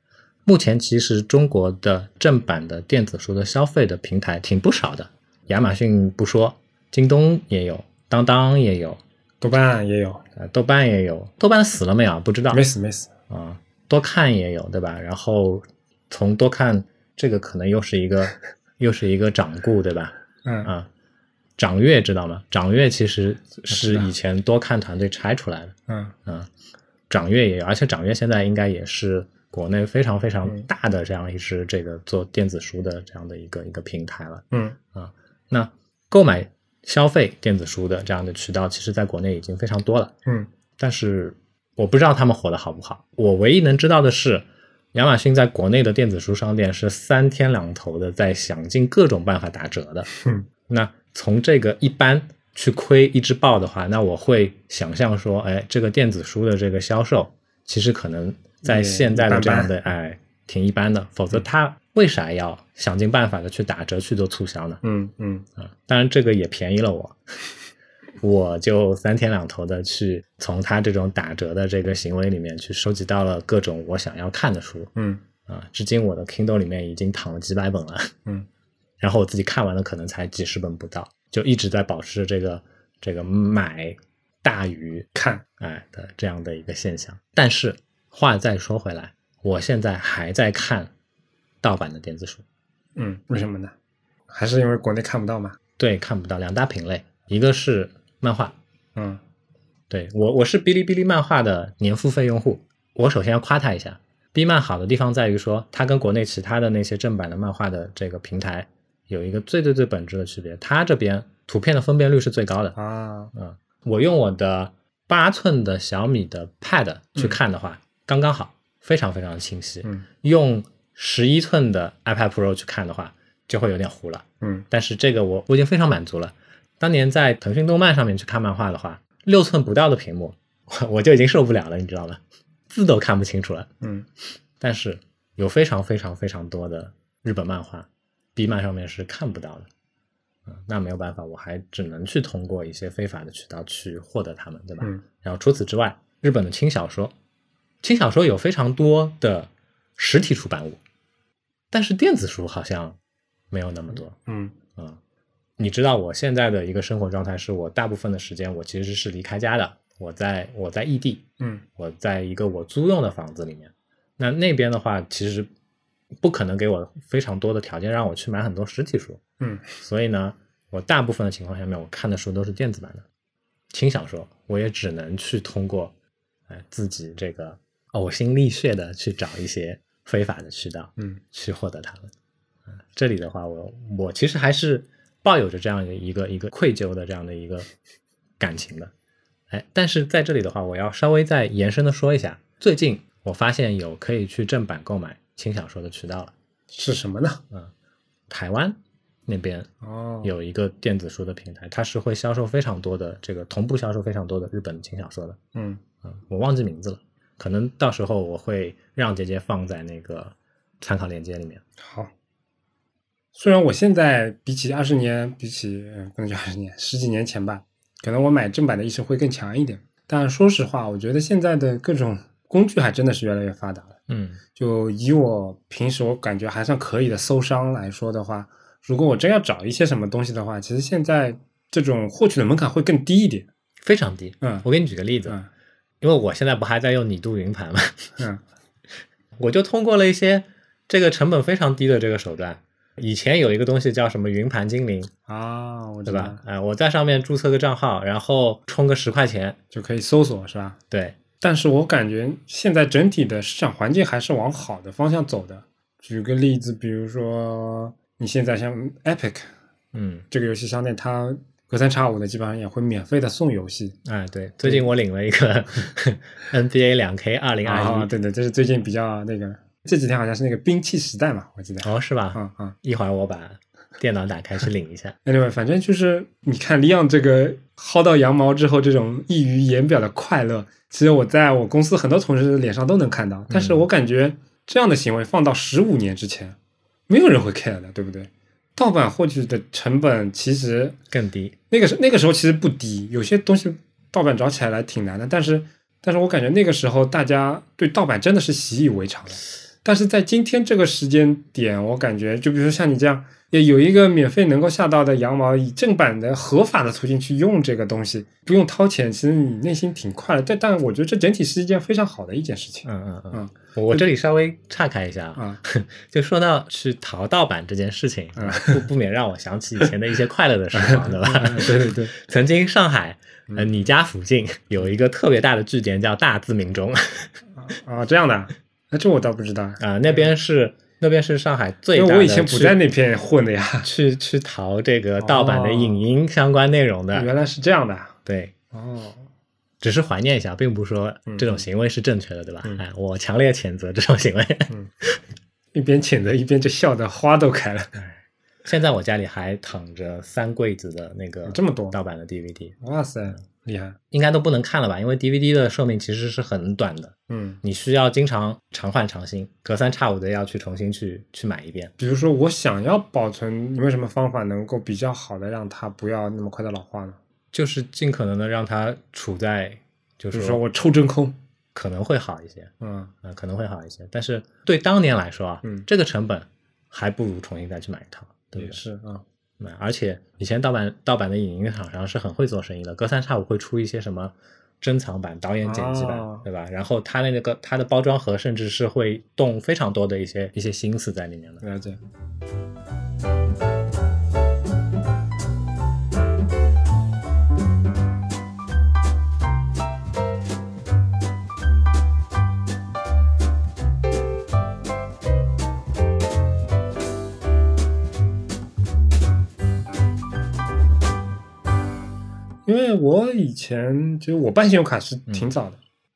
[SPEAKER 1] 目前其实中国的正版的电子书的消费的平台挺不少的，亚马逊不说，京东也有，当当也有，
[SPEAKER 2] 豆瓣也有，
[SPEAKER 1] 呃，豆瓣也有，豆瓣死了没有？不知道，
[SPEAKER 2] 没死没死，
[SPEAKER 1] 啊，多看也有，对吧？然后从多看这个可能又是一 个又是一个掌故，对吧？
[SPEAKER 2] 嗯
[SPEAKER 1] 啊，掌阅知道吗？掌阅其实
[SPEAKER 2] 知
[SPEAKER 1] 是
[SPEAKER 2] 道
[SPEAKER 1] 以前多看团队拆出来的，
[SPEAKER 2] 嗯
[SPEAKER 1] 啊，掌阅也有，而且掌阅现在应该也是国内非常非常
[SPEAKER 2] 嗯
[SPEAKER 1] 大的这样一支这个做电子书的这样的一个一个平台了。
[SPEAKER 2] 嗯
[SPEAKER 1] 那购买消费电子书的这样的渠道，其实在国内已经非常多了。
[SPEAKER 2] 嗯，
[SPEAKER 1] 但是我不知道他们火的好不好。我唯一能知道的是，亚马逊在国内的电子书商店是三天两头的在想尽各种办法打折的。
[SPEAKER 2] 嗯，
[SPEAKER 1] 那从这个一般去亏一只豹的话，那我会想象说，哎，这个电子书的这个销售其实可能在
[SPEAKER 2] 也
[SPEAKER 1] 现在
[SPEAKER 2] 嗯一
[SPEAKER 1] 的
[SPEAKER 2] 般
[SPEAKER 1] 这样
[SPEAKER 2] 般
[SPEAKER 1] 的哎挺一般的，否则他为啥要想尽办法的去打折去做促销呢？
[SPEAKER 2] 嗯嗯
[SPEAKER 1] 啊，当然这个也便宜了我，我就三天两头的去从他这种打折的这个行为里面去收集到了各种我想要看的书
[SPEAKER 2] 嗯
[SPEAKER 1] 啊，至今我的 Kindle 里面已经躺了几百本了，
[SPEAKER 2] 嗯，
[SPEAKER 1] 然后我自己看完了可能才几十本不到，就一直在保持着这个这个买大于
[SPEAKER 2] 看，
[SPEAKER 1] 哎的这样的一个现象。但是话再说回来，我现在还在看盗版的电子书。
[SPEAKER 2] 嗯，为什么呢？还是因为国内看不到嘛？
[SPEAKER 1] 对，看不到两大品类，一个是漫画，
[SPEAKER 2] 嗯
[SPEAKER 1] 对我我是哔哩哔哩漫画的年付费用户，我首先要夸它一下。B 漫好的地方在于说，它跟国内其他的那些正版的漫画的这个平台有一个最最最本质的区别，它这边图片的分辨率是最高的。
[SPEAKER 2] 啊，
[SPEAKER 1] 嗯，我用我的八寸的小米的 Pad 去看的话，刚刚好，非常非常的清晰。
[SPEAKER 2] 嗯
[SPEAKER 1] 用十一寸的 iPad Pro 去看的话，就会有点糊了。
[SPEAKER 2] 嗯
[SPEAKER 1] 但是这个我我已经非常满足了。当年在腾讯动漫上面去看漫画的话，六寸不到的屏幕，我我就已经受不了了，你知道吗？字都看不清楚了。
[SPEAKER 2] 嗯
[SPEAKER 1] 但是有非常非常非常多的日本漫画，B 漫上面是看不到的。嗯，那没有办法，我还只能去通过一些非法的渠道去获得它们，对吧？
[SPEAKER 2] 嗯
[SPEAKER 1] 然后除此之外，日本的轻小说，轻小说有非常多的实体出版物，但是电子书好像没有那么多。
[SPEAKER 2] 嗯
[SPEAKER 1] 啊，你知道我现在的一个生活状态是我大部分的时间我其实是离开家的，我在我在异地，
[SPEAKER 2] 嗯
[SPEAKER 1] 我在一个我租用的房子里面。那那边的话，其实不可能给我非常多的条件让我去买很多实体书，
[SPEAKER 2] 嗯
[SPEAKER 1] 所以呢，我大部分的情况下面我看的书都是电子版的，轻小说我也只能去通过，呃，自己这个呕心沥血的去找一些非法的渠道，
[SPEAKER 2] 嗯
[SPEAKER 1] 去获得它们。啊这里的话，我我其实还是抱有着这样的一个一个愧疚的这样的一个感情的。哎，但是在这里的话，我要稍微再延伸的说一下，最近我发现有可以去正版购买轻小说的渠道了。
[SPEAKER 2] 是什么呢？
[SPEAKER 1] 台湾那边
[SPEAKER 2] 哦，
[SPEAKER 1] 有一个电子书的平台，它是会销售非常多的这个同步销售非常多的日本轻小说的。
[SPEAKER 2] 嗯
[SPEAKER 1] 嗯，我忘记名字了，可能到时候我会让姐姐放在那个参考链接里面。
[SPEAKER 2] 好。虽然我现在比起二十年，比起呃不能叫二十年，十几年前吧，可能我买正版的意识会更强一点。但说实话，我觉得现在的各种工具还真的是越来越发达了。
[SPEAKER 1] 嗯
[SPEAKER 2] 就以我平时我感觉还算可以的搜商来说的话，如果我真要找一些什么东西的话，其实现在这种获取的门槛会更低一点。
[SPEAKER 1] 非常低。
[SPEAKER 2] 嗯
[SPEAKER 1] 我给你举个例子，
[SPEAKER 2] 嗯
[SPEAKER 1] 因为我现在不还在用拟度云盘嘛，
[SPEAKER 2] 嗯
[SPEAKER 1] 我就通过了一些这个成本非常低的这个手段。以前有一个东西叫什么云盘精灵，
[SPEAKER 2] 啊，我知
[SPEAKER 1] 对
[SPEAKER 2] 道
[SPEAKER 1] 吧？哎、我在上面注册个账号，然后充个十块钱，
[SPEAKER 2] 就可以搜索是吧？
[SPEAKER 1] 对，
[SPEAKER 2] 但是我感觉现在整体的市场环境还是往好的方向走的。举个例子，比如说你现在像 Epic
[SPEAKER 1] 嗯，
[SPEAKER 2] 这个游戏商店，它隔三差五的基本上也会免费的送游戏。
[SPEAKER 1] 哎，对，最近我领了一个 NBA 两 K 二零
[SPEAKER 2] 啊，
[SPEAKER 1] 二一，
[SPEAKER 2] 对对，这是最近比较那个，这几天好像是那个兵器时代嘛，我记得。
[SPEAKER 1] 哦，是吧？
[SPEAKER 2] 啊啊
[SPEAKER 1] 一会儿我把电脑打开去领一下。
[SPEAKER 2] ，anyway，反正就是你看李昂这个薅到羊毛之后，这种溢于言表的快乐，其实我在我公司很多同事的脸上都能看到。但是我感觉这样的行为放到十五年之前，没有人会 care 的，对不对？盗版获取的成本其实
[SPEAKER 1] 更低，
[SPEAKER 2] 那个时那个时候其实不低，有些东西盗版找起来来挺难的，但是但是我感觉那个时候大家对盗版真的是习以为常了。但是在今天这个时间点，我感觉就比如说像你这样，也有一个免费能够下到的羊毛，以正版的合法的途径去用这个东西，不用掏钱，其实你内心挺快乐。但但我觉得这整体是一件非常好的一件 事情。
[SPEAKER 1] 嗯嗯嗯
[SPEAKER 2] 嗯，
[SPEAKER 1] 我我这里稍微岔开一下啊，
[SPEAKER 2] 啊，
[SPEAKER 1] 就说到去淘盗版这件事情，
[SPEAKER 2] 嗯
[SPEAKER 1] 不不免让我想起以前的一些快乐的时 光，对吧？
[SPEAKER 2] 嗯对对对，
[SPEAKER 1] 曾经上海，呃，
[SPEAKER 2] 嗯
[SPEAKER 1] 你家附近有一个特别大的据点叫大自鸣钟，啊、
[SPEAKER 2] 啊，这样的，那这我倒不知道。
[SPEAKER 1] 那边是那边是上海最
[SPEAKER 2] 因
[SPEAKER 1] 大的
[SPEAKER 2] 为我以前不
[SPEAKER 1] 去
[SPEAKER 2] 在那片混的呀。
[SPEAKER 1] 去去淘这个盗版的影音相关内容的，
[SPEAKER 2] 原来是这样的啊。
[SPEAKER 1] 对，
[SPEAKER 2] 哦，
[SPEAKER 1] 只是怀念一下，并不是说
[SPEAKER 2] 嗯
[SPEAKER 1] 这种行为是正确的，对吧？
[SPEAKER 2] 嗯
[SPEAKER 1] 哎，我强烈谴责这种行为。
[SPEAKER 2] 一边谴责一边就笑的花都开了。
[SPEAKER 1] 现在我家里还躺着三柜子的那个
[SPEAKER 2] 有这么多
[SPEAKER 1] 盗版的 DVD，
[SPEAKER 2] 哇塞，厉害！
[SPEAKER 1] 应该都不能看了吧？因为 DVD 的寿命其实是很短的，
[SPEAKER 2] 嗯，
[SPEAKER 1] 你需要经常常换常新，隔三差五的要去重新去去买一遍。
[SPEAKER 2] 比如说我想要保存，有没有什么方法能够比较好的让它不要那么快的老化呢？
[SPEAKER 1] 就是尽可能的让它处在，就
[SPEAKER 2] 比
[SPEAKER 1] 是
[SPEAKER 2] 如说我抽真空，
[SPEAKER 1] 可能会好一些，
[SPEAKER 2] 嗯，
[SPEAKER 1] 啊、可能会好一些。但是对当年来说啊，
[SPEAKER 2] 嗯
[SPEAKER 1] 这个成本还不如重新再去买一套，对不
[SPEAKER 2] 也
[SPEAKER 1] 对？
[SPEAKER 2] 是啊，
[SPEAKER 1] 那嗯而且以前盗版盗版的影音厂商是很会做生意的，隔三差五会出一些什么珍藏版、导演剪辑版，
[SPEAKER 2] 哦
[SPEAKER 1] 对吧？然后它那个它的包装盒甚至是会动非常多的一些一些心思在里面的。
[SPEAKER 2] 了解。因为我以前就我办信用卡是挺早的，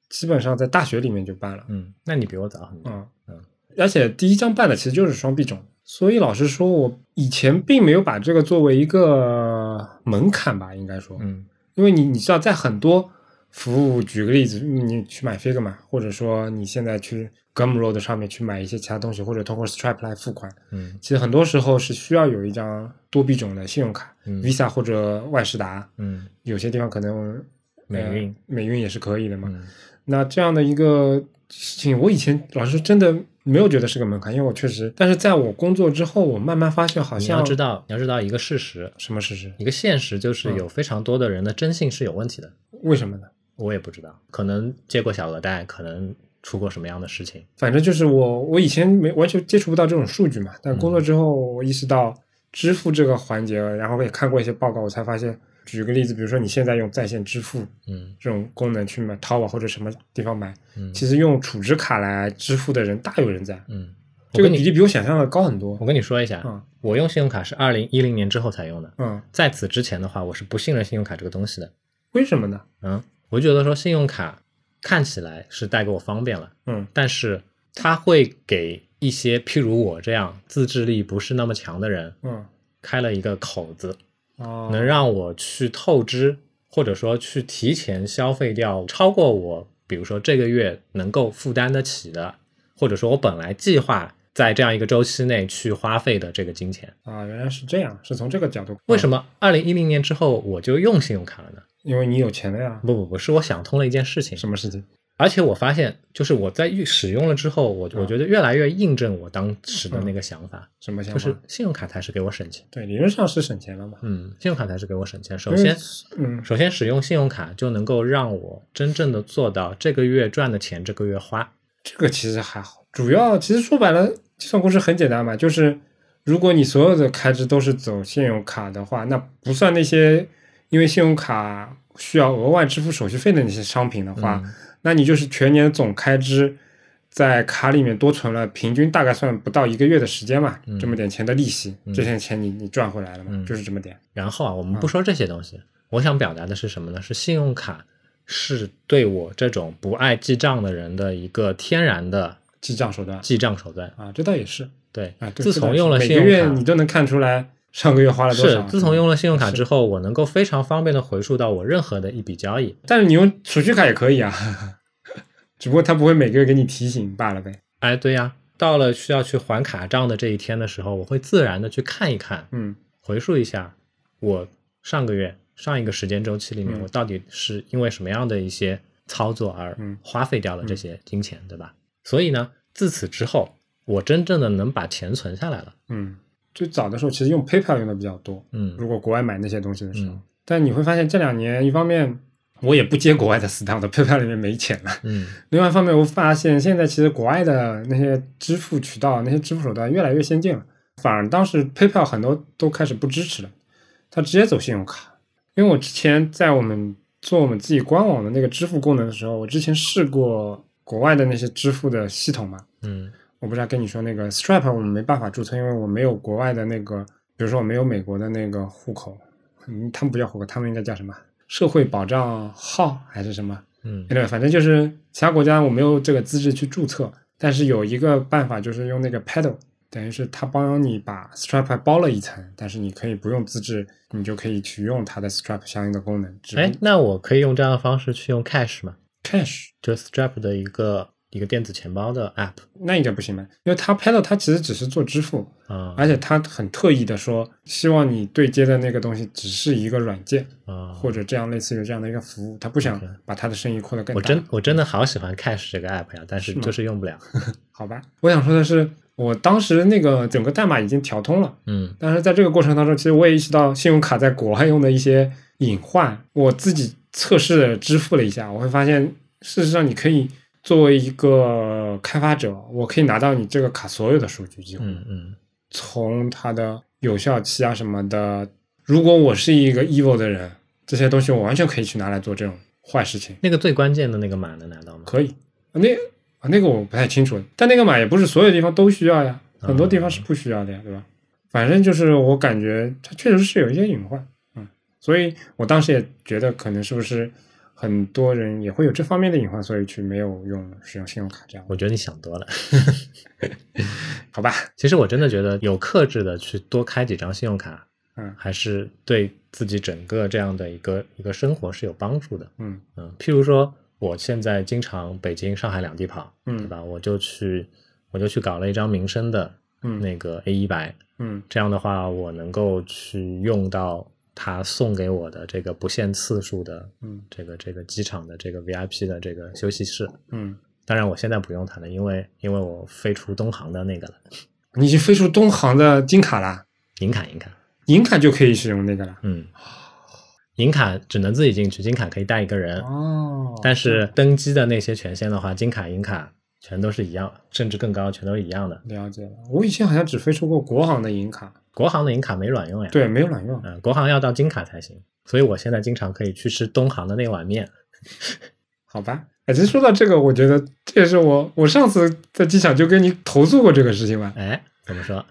[SPEAKER 2] 基本上在大学里面就办了。
[SPEAKER 1] 嗯，那你比我早很多。
[SPEAKER 2] 嗯
[SPEAKER 1] 嗯，
[SPEAKER 2] 而且第一张办的其实就是双币种，所以老实说，我以前并没有把这个作为一个门槛吧，应该说，
[SPEAKER 1] 嗯
[SPEAKER 2] 因为你你知道，在很多服务，举个例子，你去买 Figma，或者说你现在去 Gumroad 上面去买一些其他东西，或者通过 Stripe 来付款，
[SPEAKER 1] 嗯
[SPEAKER 2] 其实很多时候是需要有一张多币种的信用卡、
[SPEAKER 1] 嗯
[SPEAKER 2] v i s a 或者万事达，
[SPEAKER 1] 嗯
[SPEAKER 2] 有些地方可能
[SPEAKER 1] 美
[SPEAKER 2] 呃
[SPEAKER 1] 运
[SPEAKER 2] 美运也是可以的嘛。
[SPEAKER 1] 嗯
[SPEAKER 2] 那这样的一个事情，我以前老实说真的没有觉得是个门槛，因为我确实，但是在我工作之后，我慢慢发现好
[SPEAKER 1] 你
[SPEAKER 2] 像
[SPEAKER 1] 要知道，你要知道一个事实，
[SPEAKER 2] 什么事实，
[SPEAKER 1] 一个现实就是
[SPEAKER 2] 嗯
[SPEAKER 1] 有非常多的人的征信是有问题的。
[SPEAKER 2] 为什么呢？
[SPEAKER 1] 我也不知道，可能借过小额贷，可能出过什么样的事情。
[SPEAKER 2] 反正就是我，我以前没完全接触不到这种数据嘛，但
[SPEAKER 1] 嗯
[SPEAKER 2] 工作之后，我意识到支付这个环节，然后我也看过一些报告，我才发现，举个例子，比如说你现在用在线支付
[SPEAKER 1] 嗯
[SPEAKER 2] 这种功能去买淘宝或者什么地方买，
[SPEAKER 1] 嗯
[SPEAKER 2] 其实用储值卡来支付的人大有人在，
[SPEAKER 1] 嗯，我
[SPEAKER 2] 这个
[SPEAKER 1] 跟
[SPEAKER 2] 比
[SPEAKER 1] 你
[SPEAKER 2] 例比我想象的高很多
[SPEAKER 1] 我。跟你说一下，
[SPEAKER 2] 嗯
[SPEAKER 1] 我用信用卡是二零一零年之后才用的，
[SPEAKER 2] 嗯，
[SPEAKER 1] 在此之前的话，我是不信任信用卡这个东西的。
[SPEAKER 2] 为什么呢？
[SPEAKER 1] 嗯，我觉得说信用卡看起来是带给我方便了，
[SPEAKER 2] 嗯
[SPEAKER 1] 但是它会给一些譬如我这样自制力不是那么强的人
[SPEAKER 2] 嗯
[SPEAKER 1] 开了一个口子，
[SPEAKER 2] 哦，
[SPEAKER 1] 能让我去透支，或者说去提前消费掉超过我，比如说这个月能够负担得起的，或者说我本来计划在这样一个周期内去花费的这个金钱。
[SPEAKER 2] 啊，原来是这样，是从这个角度。
[SPEAKER 1] 为什
[SPEAKER 2] 么？
[SPEAKER 1] 么二零一零年之后我就用信用卡了呢？
[SPEAKER 2] 因为你有钱了呀。
[SPEAKER 1] 不不不，是我想通了一件事情，
[SPEAKER 2] 什么事情？
[SPEAKER 1] 而且我发现，就是我在越使用了之后，我我觉得越来越印证我当时的那个想法，
[SPEAKER 2] 什么想
[SPEAKER 1] 就
[SPEAKER 2] 法？
[SPEAKER 1] 是信用卡才是给我省钱。
[SPEAKER 2] 对，理论上是省钱了嘛。
[SPEAKER 1] 嗯，信用卡才是给我省钱。首
[SPEAKER 2] 因为
[SPEAKER 1] 先，
[SPEAKER 2] 嗯
[SPEAKER 1] 首先使用信用卡就能够让我真正的做到这个月赚的钱这个月花。
[SPEAKER 2] 这个其实还好，主要其实说白了，计算公式很简单嘛，就是如果你所有的开支都是走信用卡的话，那不算那些因为信用卡需要额外支付手续费的那些商品的话，
[SPEAKER 1] 嗯
[SPEAKER 2] 那你就是全年总开支在卡里面多存了，平均大概算不到一个月的时间嘛，
[SPEAKER 1] 嗯
[SPEAKER 2] 这么点钱的利息，
[SPEAKER 1] 嗯
[SPEAKER 2] 这些钱你你赚回来了嘛，
[SPEAKER 1] 嗯
[SPEAKER 2] 就是这么点。
[SPEAKER 1] 然后啊，我们不说这些东西，我想表达的是什么呢？是信用卡是对我这种不爱记账的人的一个天然的
[SPEAKER 2] 记账手段
[SPEAKER 1] 记账手段。
[SPEAKER 2] 啊，这倒也是
[SPEAKER 1] 对，
[SPEAKER 2] 啊。对
[SPEAKER 1] 自
[SPEAKER 2] 这
[SPEAKER 1] 从
[SPEAKER 2] 倒也是
[SPEAKER 1] 用了
[SPEAKER 2] 每
[SPEAKER 1] 信
[SPEAKER 2] 个
[SPEAKER 1] 用
[SPEAKER 2] 月
[SPEAKER 1] 卡，
[SPEAKER 2] 你都能看出来上个月花了多
[SPEAKER 1] 是
[SPEAKER 2] 少。
[SPEAKER 1] 自从用了信用卡
[SPEAKER 2] 是
[SPEAKER 1] 之后，我能够非常方便的回溯到我任何的一笔交易。
[SPEAKER 2] 但是你用储蓄卡也可以啊， 只不过它不会每个月给你提醒罢了呗。
[SPEAKER 1] 哎，对呀，到了需要去还卡账的这一天的时候，我会自然的去看一看，
[SPEAKER 2] 嗯，
[SPEAKER 1] 回溯一下我上个月上一个时间周期里面，
[SPEAKER 2] 嗯
[SPEAKER 1] 我到底是因为什么样的一些操作而
[SPEAKER 2] 嗯
[SPEAKER 1] 花费掉了这些金钱，对吧？所以呢，自此之后，我真正的能把钱存下来了。
[SPEAKER 2] 嗯，最早的时候其实用 PayPal 用的比较多，
[SPEAKER 1] 嗯
[SPEAKER 2] 如果国外买那些东西的时候。
[SPEAKER 1] 嗯
[SPEAKER 2] 但你会发现这两年，一方面我也不接国外的私单，我的 PayPal 里面没钱了；
[SPEAKER 1] 嗯
[SPEAKER 2] 另外一方面，我发现现在其实国外的那些支付渠道、那些支付手段越来越先进了，反而当时 PayPal 很多都开始不支持了，它直接走信用卡。因为我之前在我们做我们自己官网的那个支付功能的时候，我之前试过国外的那些支付的系统嘛，
[SPEAKER 1] 嗯
[SPEAKER 2] 我不是还跟你说那个 Stripe 我们没办法注册，因为我没有国外的那个，比如说我没有美国的那个户口，嗯，他们不叫户口，他们应该叫什么？社会保障号还是什么？
[SPEAKER 3] 嗯
[SPEAKER 2] 对，反正就是其他国家我没有这个资质去注册，但是有一个办法就是用那个 Paddle，等于是它帮你把 Stripe 包了一层，但是你可以不用资质，你就可以去用它的 Stripe 相应的功能。只不
[SPEAKER 1] 哎，那我可以用这样的方式去用 Cash 吗？
[SPEAKER 2] ，Cash
[SPEAKER 1] 就 Stripe 的一个一个电子钱包的 App
[SPEAKER 2] 那应该不行吧？因为它 Paddle 它其实只是做支付，
[SPEAKER 1] 啊
[SPEAKER 2] 而且它很特意的说，希望你对接的那个东西只是一个软件
[SPEAKER 1] 啊！
[SPEAKER 2] 或者这样类似于这样的一个服务，它不想
[SPEAKER 1] OK
[SPEAKER 2] 把它的生意扩得更大。
[SPEAKER 1] 我真我真的好喜欢 Cash 这个 App 呀，但是
[SPEAKER 2] 是吗
[SPEAKER 1] 就是用不了。
[SPEAKER 2] 好吧，我想说的是，我当时那个整个代码已经调通了。
[SPEAKER 1] 嗯
[SPEAKER 2] 但是在这个过程当中，其实我也意识到信用卡在国外用的一些隐患。我自己测试支付了一下，我会发现，事实上你可以作为一个开发者，我可以拿到你这个卡所有的数据，几乎、
[SPEAKER 1] 嗯嗯
[SPEAKER 2] 从它的有效期啊什么的。如果我是一个 evil 的人，这些东西我完全可以去拿来做这种坏事情。
[SPEAKER 1] 那个最关键的那个码能拿到吗？
[SPEAKER 2] 可以，啊那啊那个我不太清楚，但那个码也不是所有地方都需要呀，很多地方是不需要的呀，对吧？反正就是我感觉它确实是有一些隐患，嗯，所以我当时也觉得可能是不是很多人也会有这方面的隐患，所以去没有用使用信用卡这样，
[SPEAKER 1] 我觉得你想多了。
[SPEAKER 2] 好吧？
[SPEAKER 1] 其实我真的觉得有克制的去多开几张信用卡，
[SPEAKER 2] 嗯
[SPEAKER 1] 还是对自己整个这样的一个一个生活是有帮助的。
[SPEAKER 2] 嗯
[SPEAKER 1] 嗯，譬如说我现在经常北京、上海两地跑，对
[SPEAKER 2] 嗯
[SPEAKER 1] 吧？我就去我就去搞了一张民生的
[SPEAKER 2] 嗯
[SPEAKER 1] 那个 A 一百，
[SPEAKER 2] 嗯
[SPEAKER 1] 这样的话我能够去用到他送给我的这个不限次数的
[SPEAKER 2] 嗯
[SPEAKER 1] 这个这个机场的这个 VIP 的这个休息室。
[SPEAKER 2] 嗯，
[SPEAKER 1] 当然，我现在不用它了，因为因为我飞出东航的那个了，
[SPEAKER 2] 你已经飞出东航的金卡啦，
[SPEAKER 1] 银卡银卡，
[SPEAKER 2] 银卡就可以使用那个了。
[SPEAKER 1] 嗯，银卡只能自己进去，金卡可以带一个人，
[SPEAKER 2] 哦
[SPEAKER 1] 呃但是登机的那些权限的话，金卡银卡全都是一样，甚至更高，全都是一样的。
[SPEAKER 2] 了解了，我以前好像只飞出过国航的银卡，
[SPEAKER 1] 国航的银卡没卵用呀，，
[SPEAKER 2] 对，没有卵用。
[SPEAKER 1] 嗯、国航要到金卡才行，所以我现在经常可以去吃东航的那碗面。
[SPEAKER 2] 好吧，哎，其实说到这个，我觉得这也是我我上次在机场就跟你投诉过这个事情吧。
[SPEAKER 1] 哎，怎么说？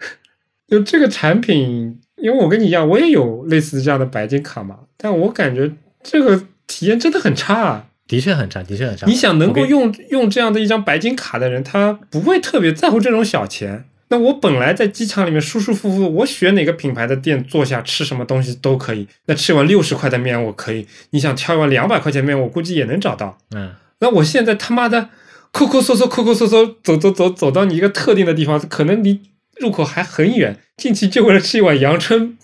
[SPEAKER 2] 就这个产品，因为我跟你一样，我也有类似这样的白金卡嘛，但我感觉这个体验真的很差、啊。
[SPEAKER 1] 的确很差，的确很差。
[SPEAKER 2] 你想能
[SPEAKER 1] 啊我给
[SPEAKER 2] 够用用这样的一张白金卡的人，他不会特别在乎这种小钱。那我本来在机场里面舒舒服服，我选哪个品牌的店坐下吃什么东西都可以。那吃一碗六十块的面我可以，你想挑一碗两百块钱面，我估计也能找到。
[SPEAKER 1] 嗯，
[SPEAKER 2] 那我现在他妈的抠抠搜搜、抠抠搜搜，走走走走到你一个特定的地方，可能离入口还很远，进去就为了吃一碗阳春。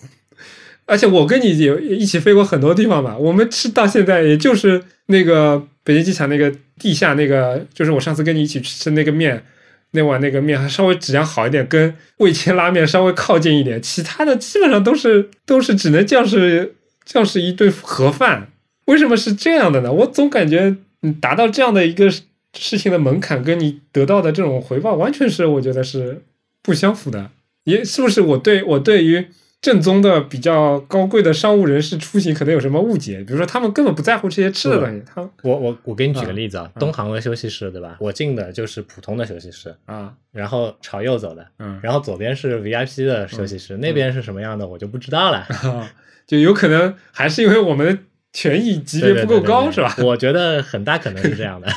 [SPEAKER 2] 而且我跟你也也一起飞过很多地方嘛，我们吃到现在也就是那个北京机场那个地下那个，就是我上次跟你一起去吃那个面，那碗那个面还稍微质量好一点，跟味千拉面稍微靠近一点，其他的基本上都是都是只能叫是叫是一顿盒饭。为什么是这样的呢？我总感觉你达到这样的一个事事情的门槛，跟你得到的这种回报，完全是我觉得是不相符的。也是不是我对我对于正宗的比较高贵的商务人士出行可能有什么误解？比如说他们根本不在乎这些吃的东西，他们
[SPEAKER 1] 我我我给你举个
[SPEAKER 2] 嗯
[SPEAKER 1] 例子啊，
[SPEAKER 2] 嗯
[SPEAKER 1] 东航的休息室对吧？我进的就是普通的休息室，
[SPEAKER 2] 啊，
[SPEAKER 1] 然后朝右走的，
[SPEAKER 2] 嗯，
[SPEAKER 1] 然后左边是 VIP 的休息室，那边是什么样的我就不知道 了。
[SPEAKER 2] 后啊就有可能还是因为我们的权益级别
[SPEAKER 1] 对
[SPEAKER 2] 不够高，是？吧
[SPEAKER 1] 对对对？对我觉得很大可能是这样的。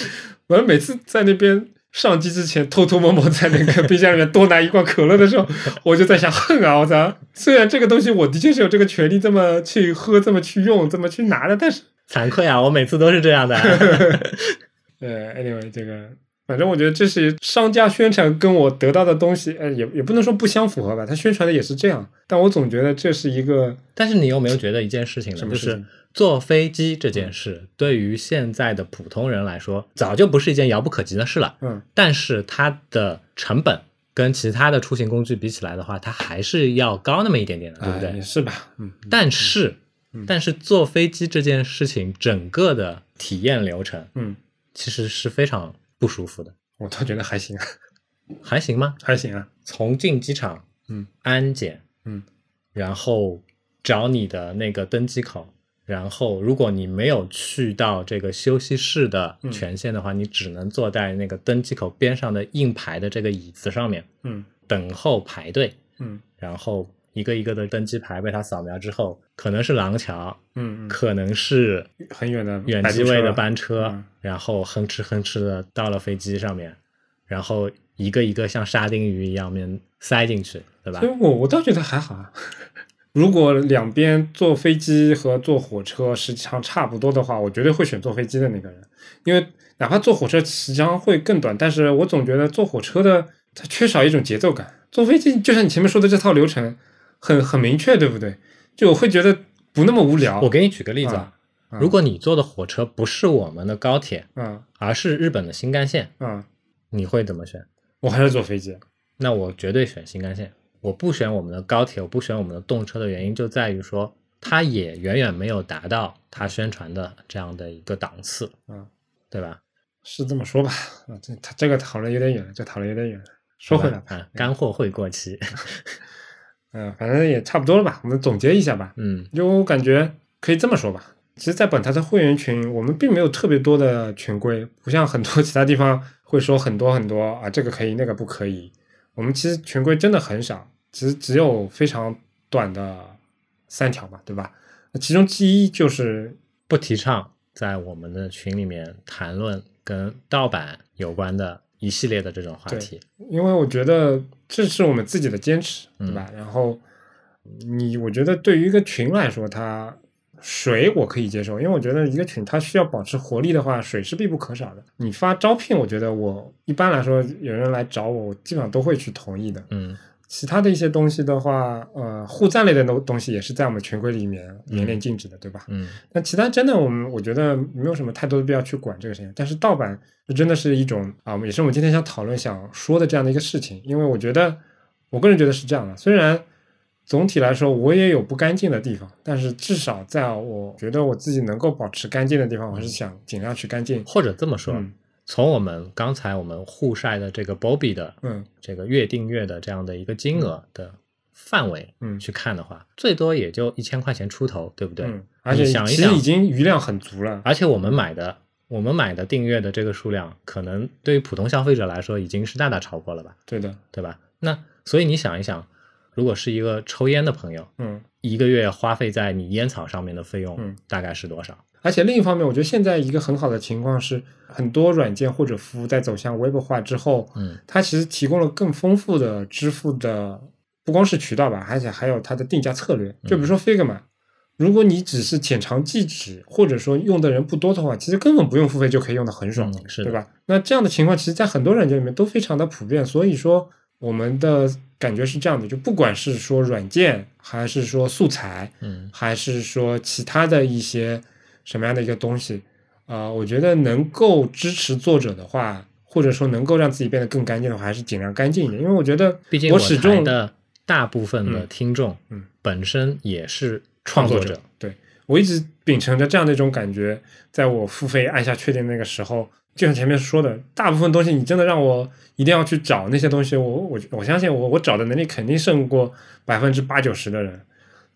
[SPEAKER 2] 我们每次在那边上机之前偷偷摸摸在那个 冰箱里面多拿一罐可乐的时候，我就在想，恨啊！我操，虽然这个东西我的确是有这个权利这么去喝、这么去用、这么去拿的，但是，
[SPEAKER 1] 惭愧啊，我每次都是这样的。
[SPEAKER 2] 呃，anyway，这个反正我觉得这是商家宣传跟我得到的东西，呃，也也不能说不相符合吧，他宣传的也是这样，但我总觉得这是一个
[SPEAKER 1] 但是你有没有觉得一件事情呢？
[SPEAKER 2] 什么
[SPEAKER 1] 就
[SPEAKER 2] 事情嗯
[SPEAKER 1] 是坐飞机这件事，对于现在的普通人来说，早就不是一件遥不可及的事了。
[SPEAKER 2] 嗯
[SPEAKER 1] 但是它的成本跟其他的出行工具比起来的话，它还是要高那么一点点的，对不对？
[SPEAKER 2] 哎也是吧，嗯，
[SPEAKER 1] 但是，
[SPEAKER 2] 嗯
[SPEAKER 1] 但是坐飞机这件事情整个的体验流程
[SPEAKER 2] 嗯，
[SPEAKER 1] 其实是非常不舒服的，
[SPEAKER 2] 我倒觉得还行啊，
[SPEAKER 1] 还行吗？
[SPEAKER 2] 还行啊，
[SPEAKER 1] 从进机场，
[SPEAKER 2] 嗯，
[SPEAKER 1] 安检，
[SPEAKER 2] 嗯，
[SPEAKER 1] 然后找你的那个登机口，然后，如果你没有去到这个休息室的权限的话，你只能坐在那个登机口边上的硬排的这个椅子上面
[SPEAKER 2] 嗯
[SPEAKER 1] 等候排队，
[SPEAKER 2] 嗯
[SPEAKER 1] 然后一个一个的登机牌被他扫描之后，可能是廊桥，
[SPEAKER 2] 嗯嗯，
[SPEAKER 1] 可能是
[SPEAKER 2] 很远的
[SPEAKER 1] 远
[SPEAKER 2] 摆渡
[SPEAKER 1] 机位
[SPEAKER 2] 嗯车
[SPEAKER 1] 的班车，
[SPEAKER 2] 嗯
[SPEAKER 1] 然后哼哧哼哧的到了飞机上面，然后一个一个像沙丁鱼一样面塞进去，对吧
[SPEAKER 2] 所以？我我倒觉得还好啊。 如果两边坐飞机和坐火车时长差不多的话，我绝对会选坐飞机的那个人，因为哪怕坐火车时长会更短，但是我总觉得坐火车的它缺少一种节奏感。坐飞机就像你前面说的这套流程，很很明确，对不对？就我会觉得不那么无聊。
[SPEAKER 1] 我给你举个例子，
[SPEAKER 2] 啊
[SPEAKER 1] 啊，如果你坐的火车不是我们的高铁，
[SPEAKER 2] 嗯
[SPEAKER 1] 而是日本的新干线，
[SPEAKER 2] 嗯，
[SPEAKER 1] 你会怎么选？
[SPEAKER 2] 我还是坐飞机。
[SPEAKER 1] 那我绝对选新干线。我不选我们的高铁，我不选我们的动车的原因就在于说，它也远远没有达到它宣传的这样的一个档次，
[SPEAKER 2] 嗯，
[SPEAKER 1] 对吧？
[SPEAKER 2] 是这么说吧，啊，这他这个讨论有点远了，这讨论有点远了。说回来吧，
[SPEAKER 1] 啊，干货会过期。
[SPEAKER 2] 嗯、反正也差不多了吧，我们总结一下吧。
[SPEAKER 1] 嗯
[SPEAKER 2] 就我感觉可以这么说吧。其实，在本台的会员群，我们并没有特别多的群规，不像很多 其他地方会说很多很多啊，这个可以，那个不可以。我们其实群规真的很少，其实只有非常短的三条嘛，对吧？那其中之一就是，
[SPEAKER 1] 不提倡在我们的群里面谈论跟盗版有关的一系列的这种话题。
[SPEAKER 2] 因为我觉得这是我们自己的坚持，对
[SPEAKER 1] 嗯
[SPEAKER 2] 吧？然后你，我觉得对于一个群来说，它水我可以接受，因为我觉得一个群它需要保持活力的话，水是必不可少的。你发招聘，我觉得我一般来说有人来找我，我基本上都会去同意的。
[SPEAKER 1] 嗯
[SPEAKER 2] 其他的一些东西的话，呃，互赞类的东东西也是在我们群规里面严令禁止的，对吧？
[SPEAKER 1] 嗯，
[SPEAKER 2] 但其他真的，我们我觉得没有什么太多的必要去管这个事情。但是盗版就真的是一种啊，也是我们今天想讨论、想说的这样的一个事情。因为我觉得，我个人觉得是这样的。虽然总体来说我也有不干净的地方，但是至少在我觉得我自己能够保持干净的地方，我还是想尽量去干净。
[SPEAKER 1] 或者这么说，
[SPEAKER 2] 嗯
[SPEAKER 1] 从我们刚才我们互晒的这个 Bobby 的
[SPEAKER 2] 嗯
[SPEAKER 1] 这个月订阅的这样的一个金额的范围
[SPEAKER 2] 嗯
[SPEAKER 1] 去看的话，最多也就一千块钱出头，对不对？
[SPEAKER 2] 嗯，而且
[SPEAKER 1] 你想一
[SPEAKER 2] 其实
[SPEAKER 1] 想
[SPEAKER 2] 已经余量很足了。
[SPEAKER 1] 而且我们买的。我们买的订阅的这个数量，可能对于普通消费者来说已经是大大超过了吧，
[SPEAKER 2] 对的，
[SPEAKER 1] 对吧？那所以你想一想，如果是一个抽烟的朋友，
[SPEAKER 2] 嗯。
[SPEAKER 1] 一个月花费在你烟草上面的费
[SPEAKER 2] 嗯
[SPEAKER 1] 用大概是多少？
[SPEAKER 2] 而且另一方面，我觉得现在一个很好的情况是，很多软件或者服务在走向 Web 化之后，
[SPEAKER 1] 嗯，
[SPEAKER 2] 它其实提供了更丰富的支付的，不光是渠道吧，而且还有它的定价策略。就
[SPEAKER 1] 嗯
[SPEAKER 2] 比如说 Figma，、如果你只是浅尝即止，或者说用的人不多的话，其实根本不用付费就可以用的很爽，
[SPEAKER 1] 嗯是的
[SPEAKER 2] 对吧？那这样的情况，其实在很多软件里面都非常的普遍。所以说，我们的感觉是这样的，就不管是说软件，还是说素材，
[SPEAKER 1] 嗯
[SPEAKER 2] 还是说其他的一些什么样的一个东西？啊、我觉得能够支持作者的话，或者说能够让自己变得更干净的话，还是尽量干净一点。因为我觉得，
[SPEAKER 1] 毕竟
[SPEAKER 2] 我始
[SPEAKER 1] 台
[SPEAKER 2] 终
[SPEAKER 1] 的大部分的听众，
[SPEAKER 2] 嗯嗯
[SPEAKER 1] 本身也是创作者，，
[SPEAKER 2] 对我一直秉承着这样的一种感觉，在我付费按下确定那个时候，就像前面说的，大部分东西你真的让我一定要去找那些东西，我我我相信我我找的能力肯定胜过百分之八九十的人，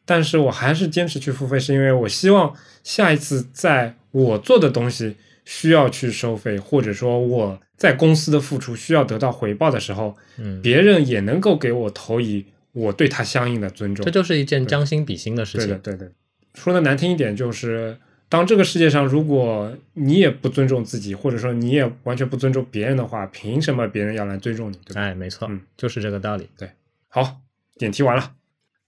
[SPEAKER 2] 但是我还是坚持去付费，是因为我希望下一次在我做的东西需要去收费，或者说我在公司的付出需要得到回报的时候，
[SPEAKER 1] 嗯，
[SPEAKER 2] 别人也能够给我投以我对他相应的尊重
[SPEAKER 1] 这。就是一件将心比心的事
[SPEAKER 2] 对的，
[SPEAKER 1] 情。
[SPEAKER 2] 对的。说的难听一点，就是当这个世界上如果你也不尊重自己，或者说你也完全不尊重别人的话，凭什么别人要来尊重你？对吧？
[SPEAKER 1] 哎，没错
[SPEAKER 2] 嗯，
[SPEAKER 1] 就是这个道理。
[SPEAKER 2] 好，点题完了，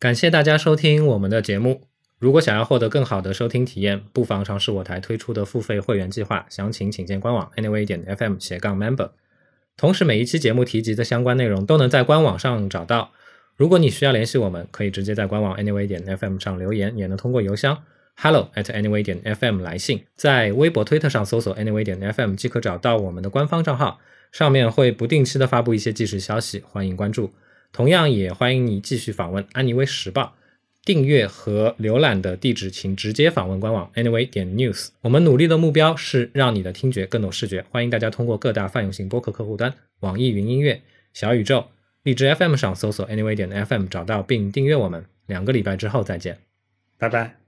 [SPEAKER 1] 感谢大家收听我们的节目。如果想要获得更好的收听体验，不妨尝试我台推出的付费会员计划，详情请见官网 anyway 点 fm 斜杠 member。同时，每一期节目提及的相关内容都能在官网上找到。如果你需要联系我们，可以直接在官网 anyway 点 fm 上留言，也能通过邮箱 hello at anyway 点 fm 来信。在微博、推特上搜索 anyway 点 fm 即可找到我们的官方账号，上面会不定期的发布一些即时消息，欢迎关注。同样也欢迎你继续访问《安妮微时报》，订阅和浏览的地址请直接访问官网 anyway 点 news。我们努力的目标是让你的听觉更懂视觉，欢迎大家通过各大泛用型播客客户端、网易云音乐、小宇宙、荔枝 FM 上搜索 anyway 点 FM 找到并订阅我们。两个礼拜之后再见。
[SPEAKER 2] 拜拜。